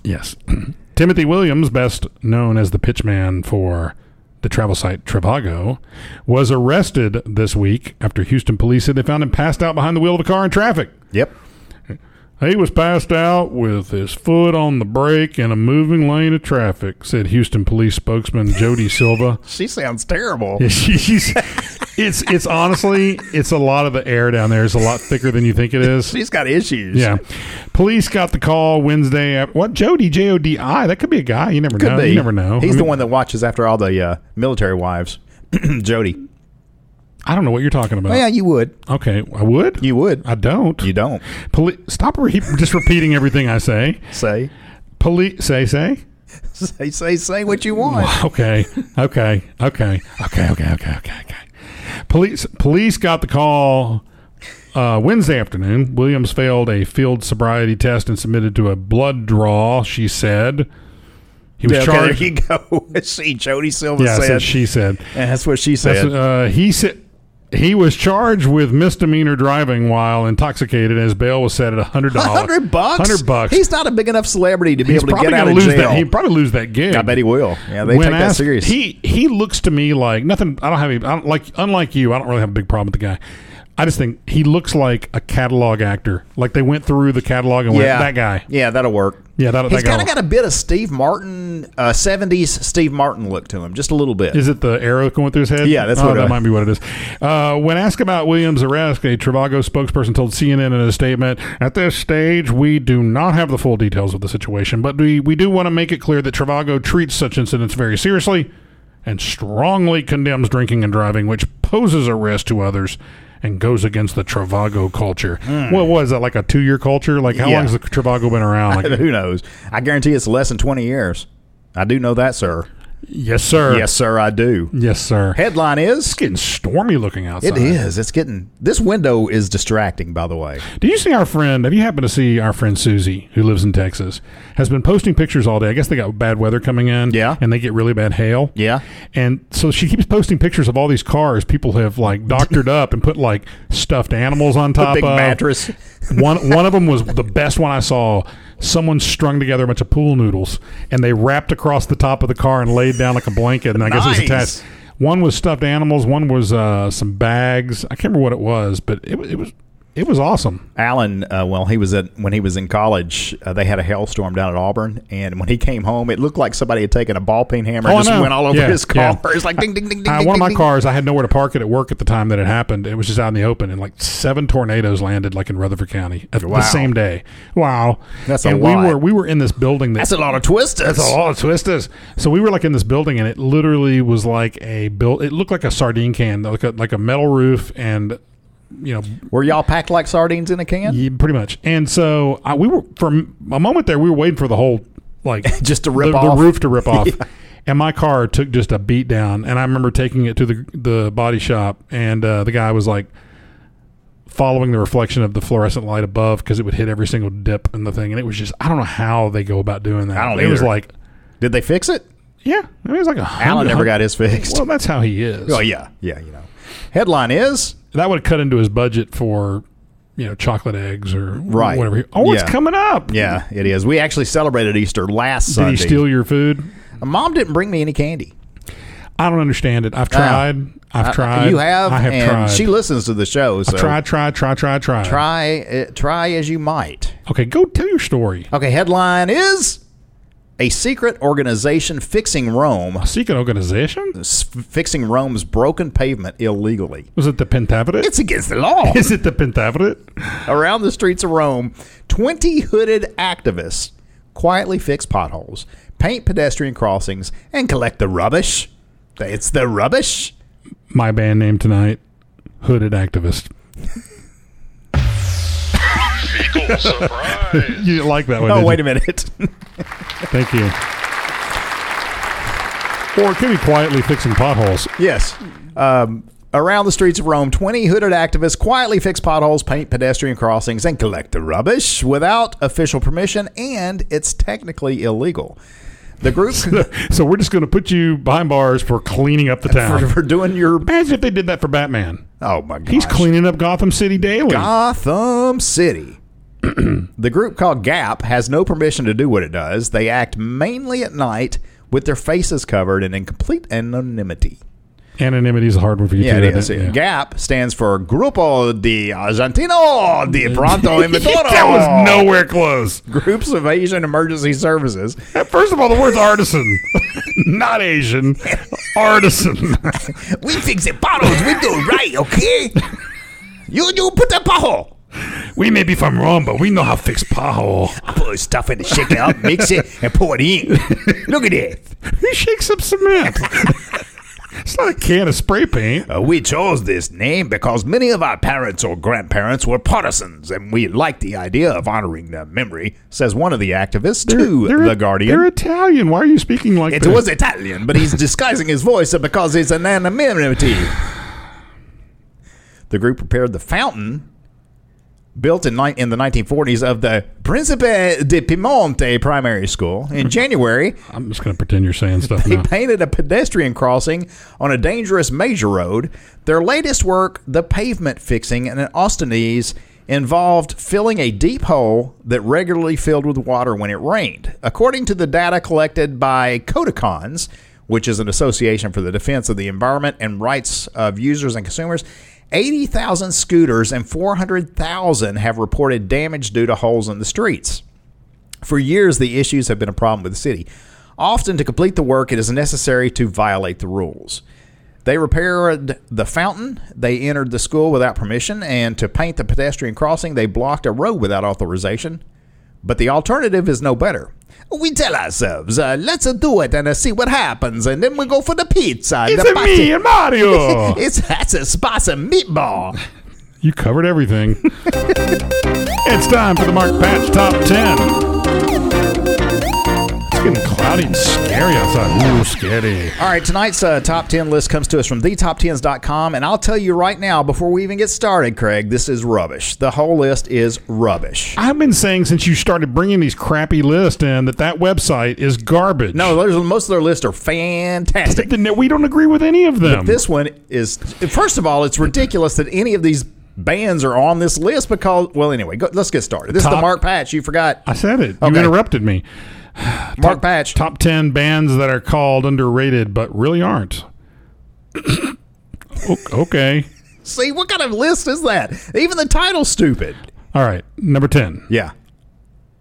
Speaker 3: Yes. [CLEARS THROAT] Timothy Williams, best known as the pitchman for the travel site Trivago, was arrested this week after Houston police said they found him passed out behind the wheel of a car in traffic.
Speaker 4: yep.
Speaker 3: He was passed out with his foot on the brake in a moving lane of traffic, said Houston police spokesman [LAUGHS] Jody Silva.
Speaker 4: She sounds terrible.
Speaker 3: She's- it's it's honestly it's a lot of the air down there is a lot thicker than you think it [LAUGHS] is.
Speaker 4: She's got [LAUGHS] issues.
Speaker 3: Yeah. [LAUGHS] Police got the call Wednesday. At, what? Jody, J O D I. That could be a guy. You never
Speaker 4: Could
Speaker 3: know.
Speaker 4: be.
Speaker 3: You never know. I
Speaker 4: He's the
Speaker 3: mean,
Speaker 4: one that watches after all the uh, military wives. [CLEARS THROAT] Jody.
Speaker 3: I don't know what you're talking about.
Speaker 4: Well, Oh, yeah, you would.
Speaker 3: Okay. I would.
Speaker 4: You would.
Speaker 3: Uh, I don't.
Speaker 4: You don't
Speaker 3: Poli- Stop re- just repeating everything I say.
Speaker 4: say
Speaker 3: Police. Say, say. [LAUGHS]
Speaker 4: say say say what you want.
Speaker 3: Okay. Okay. Okay. Okay. Okay. Okay. Okay. Okay. Police. Police got the call uh, Wednesday afternoon. Williams failed a field sobriety test and submitted to a blood draw. She said he was
Speaker 4: Okay, there
Speaker 3: charged.
Speaker 4: you go. [LAUGHS] See, Jody Silva
Speaker 3: yeah, I
Speaker 4: said.
Speaker 3: said she said.
Speaker 4: and that's what she said.
Speaker 3: That's, uh, he said He was charged with misdemeanor driving while intoxicated, and his bail was set at hundred dollars.
Speaker 4: hundred bucks.
Speaker 3: Hundred bucks.
Speaker 4: He's not a big enough celebrity to be
Speaker 3: He's
Speaker 4: able to
Speaker 3: probably
Speaker 4: get out
Speaker 3: gonna
Speaker 4: of
Speaker 3: lose
Speaker 4: jail.
Speaker 3: that. He probably lose that gig.
Speaker 4: I bet he will. Yeah, they take that
Speaker 3: asked-
Speaker 4: serious.
Speaker 3: He he looks to me like nothing. I don't have any. I don't, like unlike you. I don't really have a big problem with the guy. I just think he looks like a catalog actor. Like they went through the catalog and
Speaker 4: yeah,
Speaker 3: went that guy.
Speaker 4: Yeah, that'll work.
Speaker 3: Yeah, that'll-
Speaker 4: He's
Speaker 3: that
Speaker 4: kind
Speaker 3: guy
Speaker 4: of
Speaker 3: will-
Speaker 4: got a bit of Steve Martin, uh, '70s Steve Martin look to him, just a little bit.
Speaker 3: Is it the arrow going through his head?
Speaker 4: Yeah, that's
Speaker 3: Oh,
Speaker 4: what
Speaker 3: that
Speaker 4: I-
Speaker 3: might be what it is. Uh, when asked about Williams' arrest, a Travago spokesperson told CNN in a statement, "At this stage, we do not have the full details of the situation, but we we do want to make it clear that Travago treats such incidents very seriously and strongly condemns drinking and driving, which poses a risk to others." And goes against the Travago culture. What was that? Like a two-year culture? Like how
Speaker 4: Hmm. Yeah.
Speaker 3: long has the Travago been around?
Speaker 4: [LAUGHS]
Speaker 3: Like,
Speaker 4: [LAUGHS] Who knows? I guarantee it's less than 20 years. I do know that, sir.
Speaker 3: yes, sir.
Speaker 4: Yes, sir, I do.
Speaker 3: yes, sir.
Speaker 4: Headline is
Speaker 3: It's getting stormy looking outside.
Speaker 4: It is. It's getting. This window is distracting, by the way.
Speaker 3: Do you see our friend? Have you happened to see our friend Susie, who lives in Texas, has been posting pictures all day? I guess they got bad weather coming in,
Speaker 4: Yeah.
Speaker 3: and they get really bad hail,
Speaker 4: Yeah.
Speaker 3: And so she keeps posting pictures of all these cars people have like doctored up and put like stuffed animals
Speaker 4: [LAUGHS]
Speaker 3: on top
Speaker 4: big
Speaker 3: of
Speaker 4: mattress.
Speaker 3: one one of them was the best one I saw. Someone strung together a bunch of pool noodles and they wrapped across the top of the car and laid down like a blanket. And I guess it was
Speaker 4: Nice.
Speaker 3: attached. One was stuffed animals. One was uh, some bags. I can't remember what it was, but it, wa- it was it was awesome.
Speaker 4: Alan, uh, well, he was at when he was in college. Uh, they had a hailstorm down at Auburn, and when he came home, it looked like somebody had taken a ball peen hammer
Speaker 3: Oh, I
Speaker 4: and just
Speaker 3: know.
Speaker 4: went all over
Speaker 3: Yeah,
Speaker 4: his car. [LAUGHS]
Speaker 3: yeah.
Speaker 4: It's like ding, ding, ding, ding,
Speaker 3: Uh,
Speaker 4: ding.
Speaker 3: one of
Speaker 4: ding,
Speaker 3: my
Speaker 4: ding.
Speaker 3: cars, I had nowhere to park it at work at the time that it happened. It was just out in the open, and like seven tornadoes landed like in Rutherford County at
Speaker 4: Wow.
Speaker 3: the same day. Wow,
Speaker 4: That's a
Speaker 3: and
Speaker 4: lot.
Speaker 3: we were we were in this building that
Speaker 4: That's a lot of twisters.
Speaker 3: That's a lot of twisters. So we were like in this building, and it literally was like a built. It looked like a sardine can, like a, like a metal roof, and you know,
Speaker 4: Were y'all packed like sardines in a can?
Speaker 3: yeah, pretty much. And so I, we were for a moment there, we were waiting for the whole like
Speaker 4: [LAUGHS] Just to rip
Speaker 3: the,
Speaker 4: off.
Speaker 3: the roof to
Speaker 4: [LAUGHS]
Speaker 3: rip off. And my car took just a beat down, and I remember taking it to the the body shop, and uh, the guy was like following the reflection of the fluorescent light above because it would hit every single dip in the thing, and it was just I don't know how they go about doing that.
Speaker 4: I don't
Speaker 3: it was
Speaker 4: either.
Speaker 3: like
Speaker 4: Did they fix it?
Speaker 3: yeah, I mean, it was like a
Speaker 4: Alan
Speaker 3: hundred-
Speaker 4: never got his fixed.
Speaker 3: Well, that's how he is.
Speaker 4: [LAUGHS] Oh yeah, yeah. You know. Headline is
Speaker 3: That would cut into his budget for, you know, chocolate eggs or
Speaker 4: Right.
Speaker 3: whatever. He, oh,
Speaker 4: Yeah.
Speaker 3: it's coming up. [LAUGHS]
Speaker 4: yeah, it is. We actually celebrated Easter last
Speaker 3: Did
Speaker 4: Sunday.
Speaker 3: he steal your food?
Speaker 4: Mom didn't bring me any candy.
Speaker 3: I don't understand it. I've tried. I've
Speaker 4: I-
Speaker 3: tried.
Speaker 4: Uh, You have.
Speaker 3: I have
Speaker 4: and
Speaker 3: tried.
Speaker 4: She listens to the show, so
Speaker 3: tried, tried, tried, tried, tried.
Speaker 4: try uh, try as you might.
Speaker 3: Okay, go tell your story.
Speaker 4: Okay, headline is a secret organization fixing Rome,
Speaker 3: Seek an organization?
Speaker 4: s- fixing Rome's broken pavement illegally.
Speaker 3: Was it the Pentaveret?
Speaker 4: [LAUGHS] It's against the law.
Speaker 3: Is it the Pentaveret?
Speaker 4: Around the streets of Rome, 20 hooded activists quietly fix potholes, paint pedestrian crossings, and collect the rubbish. It's the rubbish.
Speaker 3: My band name tonight, Hooded Activist.
Speaker 1: Eagle surprise.
Speaker 3: [LAUGHS] You didn't like that one?
Speaker 4: Oh,
Speaker 3: did
Speaker 4: wait
Speaker 3: you?
Speaker 4: a minute. [LAUGHS]
Speaker 3: Thank you. Or it could be quietly fixing potholes.
Speaker 4: Yes. Um, around the streets of Rome, 20 hooded activists quietly fix potholes, paint pedestrian crossings, and collect the rubbish without official permission, and it's technically illegal. The group
Speaker 3: so we're just going to put you behind bars for cleaning up the town.
Speaker 4: [LAUGHS] for, for doing your
Speaker 3: Imagine if they did that for Batman.
Speaker 4: oh my god,
Speaker 3: He's cleaning up Gotham City daily.
Speaker 4: Gotham City. the group called Gap has no permission to do what it does. They act mainly at night with their faces covered and in complete anonymity.
Speaker 3: Anonymity is a hard one for you
Speaker 4: Yeah,
Speaker 3: too.
Speaker 4: it is.
Speaker 3: isn't it? Yeah.
Speaker 4: GAP stands for Grupo de Argentino de
Speaker 3: [LAUGHS] Oh,
Speaker 4: Pronto Inventoro.
Speaker 3: that was
Speaker 4: [LAUGHS]
Speaker 3: nowhere close.
Speaker 4: Groups of Asian Emergency Services.
Speaker 3: First of all, the word's artisan, [LAUGHS] not Asian. Artisan. [LAUGHS]
Speaker 4: We fix the bottles. We do right, okay? You you put the bottle.
Speaker 3: we may be from Rome, but we know how to fix pothole.
Speaker 4: I put stuff in the shake it up, mix it, and pour it in. Look at that.
Speaker 3: Who shakes up cement? [LAUGHS] it's not a can of spray paint.
Speaker 4: Uh, we chose this name because many of our parents or grandparents were partisans, and we like the idea of honoring their memory, says one of the activists to
Speaker 3: They're-
Speaker 4: The Guardian.
Speaker 3: They're Italian. Why are you speaking like
Speaker 4: It
Speaker 3: that?
Speaker 4: was Italian, but he's disguising his voice because it's an anonymity. The group prepared the fountain built in, ni- in the 1940s of the Principe di Piemonte Primary School. In January,
Speaker 3: I'm just going to pretend you're saying stuff
Speaker 4: they
Speaker 3: now.
Speaker 4: painted a pedestrian crossing on a dangerous major road. Their latest work, the pavement fixing in Austinese, involved filling a deep hole that regularly filled with water when it rained. According to the data collected by Codacons, which is an association for the defense of the environment and rights of users and consumers, 80,000 scooters and 400,000 have reported damage due to holes in the streets. For years, the issues have been a problem with the city. Often, to complete the work, it is necessary to violate the rules. They repaired the fountain, they entered the school without permission, and to paint the pedestrian crossing, they blocked a road without authorization. But the alternative is no better. We tell ourselves, uh, let's uh, do it and uh, see what happens, and then we go for the pizza. and the
Speaker 3: It's me and [LAUGHS] Mario.
Speaker 4: [LAUGHS] it's that's a spicy meatball.
Speaker 3: You covered everything.
Speaker 4: [LAUGHS]
Speaker 3: it's time for the Mark Patch Top 10. It's getting cloudy and scary outside. Ooh, scary.
Speaker 4: All right, tonight's uh, top 10 list comes to us from thetop10s.com. And I'll tell you right now, before we even get started, Craig, this is rubbish. The whole list is rubbish.
Speaker 3: I've been saying since you started bringing these crappy lists in that that website is garbage.
Speaker 4: No, there's, most of their list are fantastic.
Speaker 3: Th- we don't agree with any of them.
Speaker 4: This one is, first of all, it's ridiculous that any of these bands are on this list because, well, anyway, go, let's get started. This is the
Speaker 3: Top-
Speaker 4: Mark Patch. You forgot.
Speaker 3: I said it. You
Speaker 4: Okay.
Speaker 3: interrupted me.
Speaker 4: Mark Patch.
Speaker 3: Uh, Top 10 bands that are called underrated but really aren't. [COUGHS] O- okay.
Speaker 4: See, what kind of list is that? Even the title's stupid.
Speaker 3: All right. Number 10,
Speaker 4: Yeah.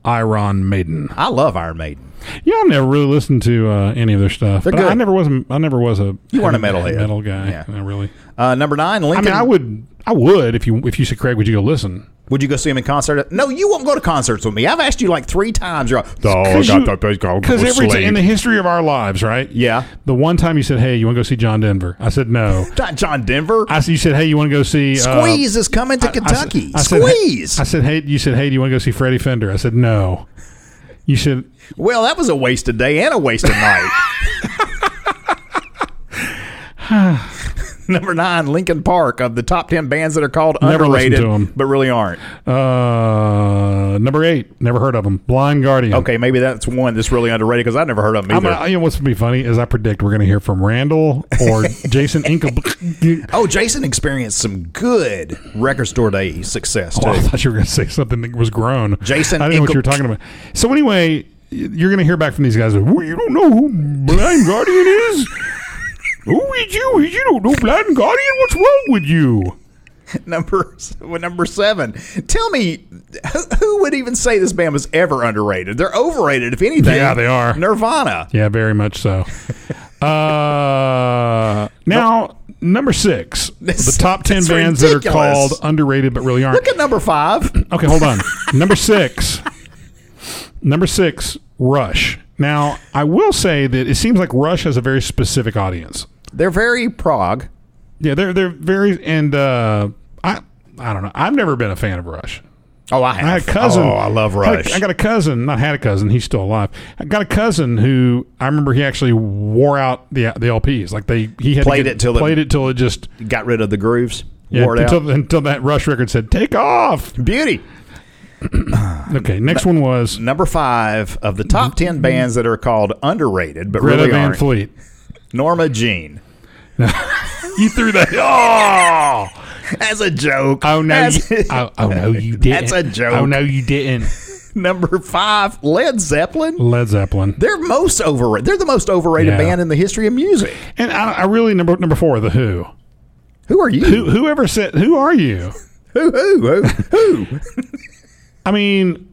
Speaker 3: Iron Maiden.
Speaker 4: I love Iron Maiden.
Speaker 3: Yeah, I never really listened to uh, any of their stuff.
Speaker 4: They're
Speaker 3: but I- I
Speaker 4: good.
Speaker 3: never was. a- I never was a.
Speaker 4: You weren't a
Speaker 3: heavy
Speaker 4: metalhead.
Speaker 3: Metal guy.
Speaker 4: Yeah.
Speaker 3: No, really.
Speaker 4: Uh, number nine,
Speaker 3: I
Speaker 4: Lincoln.
Speaker 3: mean, I would. I would if you if you said Craig, would you go listen?
Speaker 4: Would you go see him in concert? No, you won't go to concerts with me. I've asked you like three times. You're like, no, I
Speaker 3: 'Cause
Speaker 4: got
Speaker 3: you-
Speaker 4: that thing called
Speaker 3: Because every t-
Speaker 4: Slade."
Speaker 3: in the history of our lives, right?
Speaker 4: yeah,
Speaker 3: The one time you said, "Hey, you want to go see John Denver?" I said, "No."
Speaker 4: not John Denver.
Speaker 3: I s- you said, "Hey, you want to go see uh,
Speaker 4: Squeeze is coming to
Speaker 3: I- I s-
Speaker 4: Kentucky.
Speaker 3: I said,
Speaker 4: Squeeze.
Speaker 3: Hey, I said, "Hey," you said, "Hey, do you want to go see Freddie Fender?" I said, "No." You said,
Speaker 4: well, that was a wasted day and a
Speaker 3: [LAUGHS]
Speaker 4: wasted night. [SIGHS] Number nine, Lincoln Park of the top ten bands that are called
Speaker 3: Never listened
Speaker 4: underrated,
Speaker 3: to 'em.
Speaker 4: but really aren't.
Speaker 3: uh, "Number eight, never heard of him." Blind Guardian.
Speaker 4: Okay, maybe that's one that's really underrated because I've never heard of them
Speaker 3: I'm
Speaker 4: either.
Speaker 3: gonna, you know what's gonna be funny is I predict we're gonna hear from Randall
Speaker 4: [LAUGHS]
Speaker 3: or Jason Inkle.
Speaker 4: oh, Jason experienced some good record store day success too.
Speaker 3: Oh, I thought you were going to say something that was grown.
Speaker 4: Jason
Speaker 3: I didn't know what
Speaker 4: Inkle-
Speaker 3: you were talking about. So anyway, y- you're going to hear back from these guys. Well, you don't know who Blind Guardian
Speaker 4: [LAUGHS]
Speaker 3: is. Who is you? You don't know Blind Guardian. What's wrong with you?
Speaker 4: [LAUGHS] Number well, number seven. Tell me, who, who would even say this band was ever underrated? They're overrated, if anything.
Speaker 3: Yeah, they are.
Speaker 4: Nirvana.
Speaker 3: Yeah, very much so.
Speaker 4: [LAUGHS]
Speaker 3: Uh, now number six,
Speaker 4: This-
Speaker 3: the top ten
Speaker 4: that's
Speaker 3: bands that are
Speaker 4: ridiculous.
Speaker 3: called underrated but really aren't.
Speaker 4: Look at number five. [CLEARS THROAT]
Speaker 3: Okay, hold on. Number six. Number six, Rush. Now, I will say that it seems like Rush has a very specific audience.
Speaker 4: They're very prog.
Speaker 3: Yeah, they're they're very and uh, I I don't know. I've never been a fan of Rush.
Speaker 4: Oh, I have.
Speaker 3: I had a cousin.
Speaker 4: Oh, I love
Speaker 3: had a-
Speaker 4: Rush.
Speaker 3: I got a cousin. Not had a cousin. He's still alive. I got a cousin who I remember he actually wore out the the LPs. Like they he had to
Speaker 4: Played
Speaker 3: get-
Speaker 4: it till it-
Speaker 3: played it till it just
Speaker 4: got rid of the grooves.
Speaker 3: yeah,
Speaker 4: wore it out.
Speaker 3: until until that Rush record said take off.
Speaker 4: Beauty.
Speaker 3: Okay, next one was
Speaker 4: Number five of the top ten bands that are called underrated, but
Speaker 3: Greta
Speaker 4: really
Speaker 3: Van
Speaker 4: aren't.
Speaker 3: Fleet.
Speaker 4: Norma Jean.
Speaker 3: You threw
Speaker 4: [LAUGHS]
Speaker 3: that. Oh.
Speaker 4: As a joke.
Speaker 3: Oh no!
Speaker 4: As- [LAUGHS]
Speaker 3: You, oh, oh no! You didn't.
Speaker 4: That's a joke.
Speaker 3: Oh no! You didn't.
Speaker 4: number five, Led Zeppelin.
Speaker 3: Led Zeppelin,
Speaker 4: They're most overrated. They're the most overrated
Speaker 3: Yeah.
Speaker 4: band in the history of music.
Speaker 3: and I, I really number number four, the Who.
Speaker 4: Who are you?
Speaker 3: Who, whoever said, who are you?
Speaker 4: Who, who, who, who?
Speaker 3: I mean,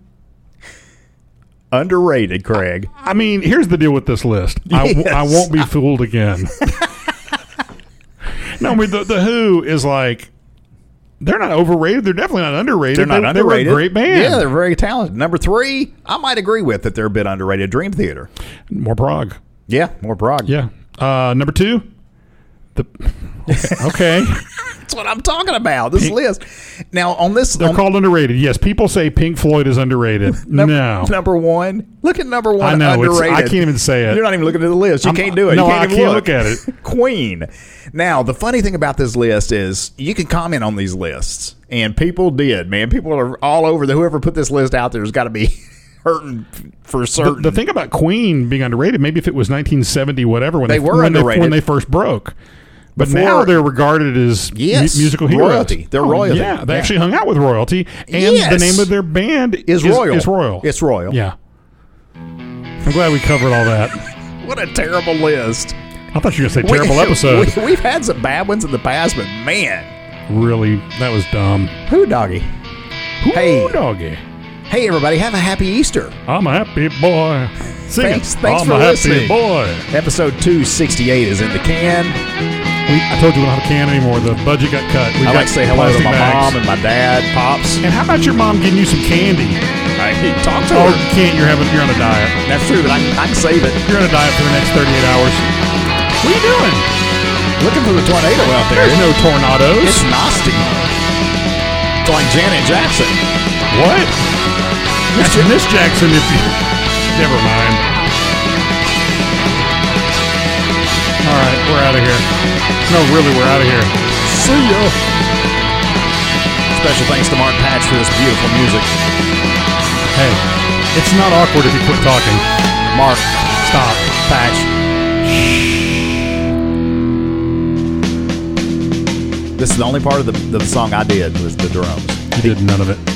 Speaker 4: Underrated, Craig.
Speaker 3: I mean, here's the deal with this list. I w- I,
Speaker 4: Yes.
Speaker 3: won't be fooled again. no, I mean the, the Who is like they're not overrated. They're definitely not underrated.
Speaker 4: [LAUGHS] They're not
Speaker 3: they,
Speaker 4: underrated.
Speaker 3: They were a great band.
Speaker 4: Yeah, they're very talented. Number three, I might agree with that they're a bit underrated. Dream Theater.
Speaker 3: more Prague.
Speaker 4: Yeah, more Prague.
Speaker 3: Yeah. Uh, number two, The,
Speaker 4: [LAUGHS]
Speaker 3: okay.
Speaker 4: That's what I'm talking about. This list. Now on this,
Speaker 3: They're
Speaker 4: on
Speaker 3: called underrated. Yes, people say Pink Floyd is underrated.
Speaker 4: num-
Speaker 3: no.
Speaker 4: number one. Look at number one.
Speaker 3: I know, it's-
Speaker 4: Underrated.
Speaker 3: I can't even say it.
Speaker 4: You're not even looking at the list. You
Speaker 3: I'm-
Speaker 4: can't do it.
Speaker 3: no,
Speaker 4: you can't
Speaker 3: I
Speaker 4: even
Speaker 3: can't
Speaker 4: look.
Speaker 3: look at it.
Speaker 4: [LAUGHS] Queen. Now the funny thing about this list is you can comment on these lists, and people did. Man, people are all over. The whoever put this list out there has got to be [LAUGHS] hurting for
Speaker 3: The,
Speaker 4: certain.
Speaker 3: the thing about Queen being underrated, maybe if it was 1970, whatever, when
Speaker 4: They
Speaker 3: they,
Speaker 4: were
Speaker 3: when
Speaker 4: underrated.
Speaker 3: when they first broke. But
Speaker 4: Before-
Speaker 3: now they're regarded as mu-
Speaker 4: Yes,
Speaker 3: musical heroes.
Speaker 4: royalty. They're
Speaker 3: Oh,
Speaker 4: royalty.
Speaker 3: Yeah, they
Speaker 4: Yeah.
Speaker 3: actually hung out with royalty, and
Speaker 4: Yes.
Speaker 3: the name of their band
Speaker 4: Is Royal.
Speaker 3: Is royal.
Speaker 4: It's Royal.
Speaker 3: Yeah. I'm glad we covered all that.
Speaker 4: what a terrible list.
Speaker 3: I thought you were going to say terrible
Speaker 4: [LAUGHS] We-
Speaker 3: episode.
Speaker 4: We, we've had some bad ones in the past, but man,
Speaker 3: really, that was dumb.
Speaker 4: who doggy? Hey.
Speaker 3: Ooh, doggy.
Speaker 4: Hey, everybody, have a happy Easter.
Speaker 3: I'm a happy boy. Sing it.
Speaker 4: Thanks- thanks
Speaker 3: I'm
Speaker 4: for
Speaker 3: a happy
Speaker 4: listening.
Speaker 3: boy.
Speaker 4: Episode 268 is in the can.
Speaker 3: We, I told you we don't have a can anymore. The budget got cut. We
Speaker 4: I'd
Speaker 3: got
Speaker 4: like to say hello to
Speaker 3: plastic
Speaker 4: my
Speaker 3: bags.
Speaker 4: mom and my dad,
Speaker 3: [LAUGHS]
Speaker 4: pops.
Speaker 3: And how about your mom getting you some candy?
Speaker 4: I can talk to
Speaker 3: Oh,
Speaker 4: her.
Speaker 3: you can't. You're having. You're on a diet.
Speaker 4: That's true, but I, can- I can save it.
Speaker 3: You're on a diet for the next 38 hours. What are you doing?
Speaker 4: Looking for the tornado out there.
Speaker 3: There's no tornadoes.
Speaker 4: It's nasty. It's like Janet Jackson.
Speaker 3: what? That's Miss Jackson. If you. Never mind. All right, we're out of here. No, really, we're out of here.
Speaker 4: See ya. Special thanks to Mark Patch for this beautiful music.
Speaker 3: Hey, it's not awkward if you quit talking.
Speaker 4: Mark
Speaker 3: Stop.
Speaker 4: Patch. This is the only part of the, the song I did was the drums.
Speaker 3: You did none of it.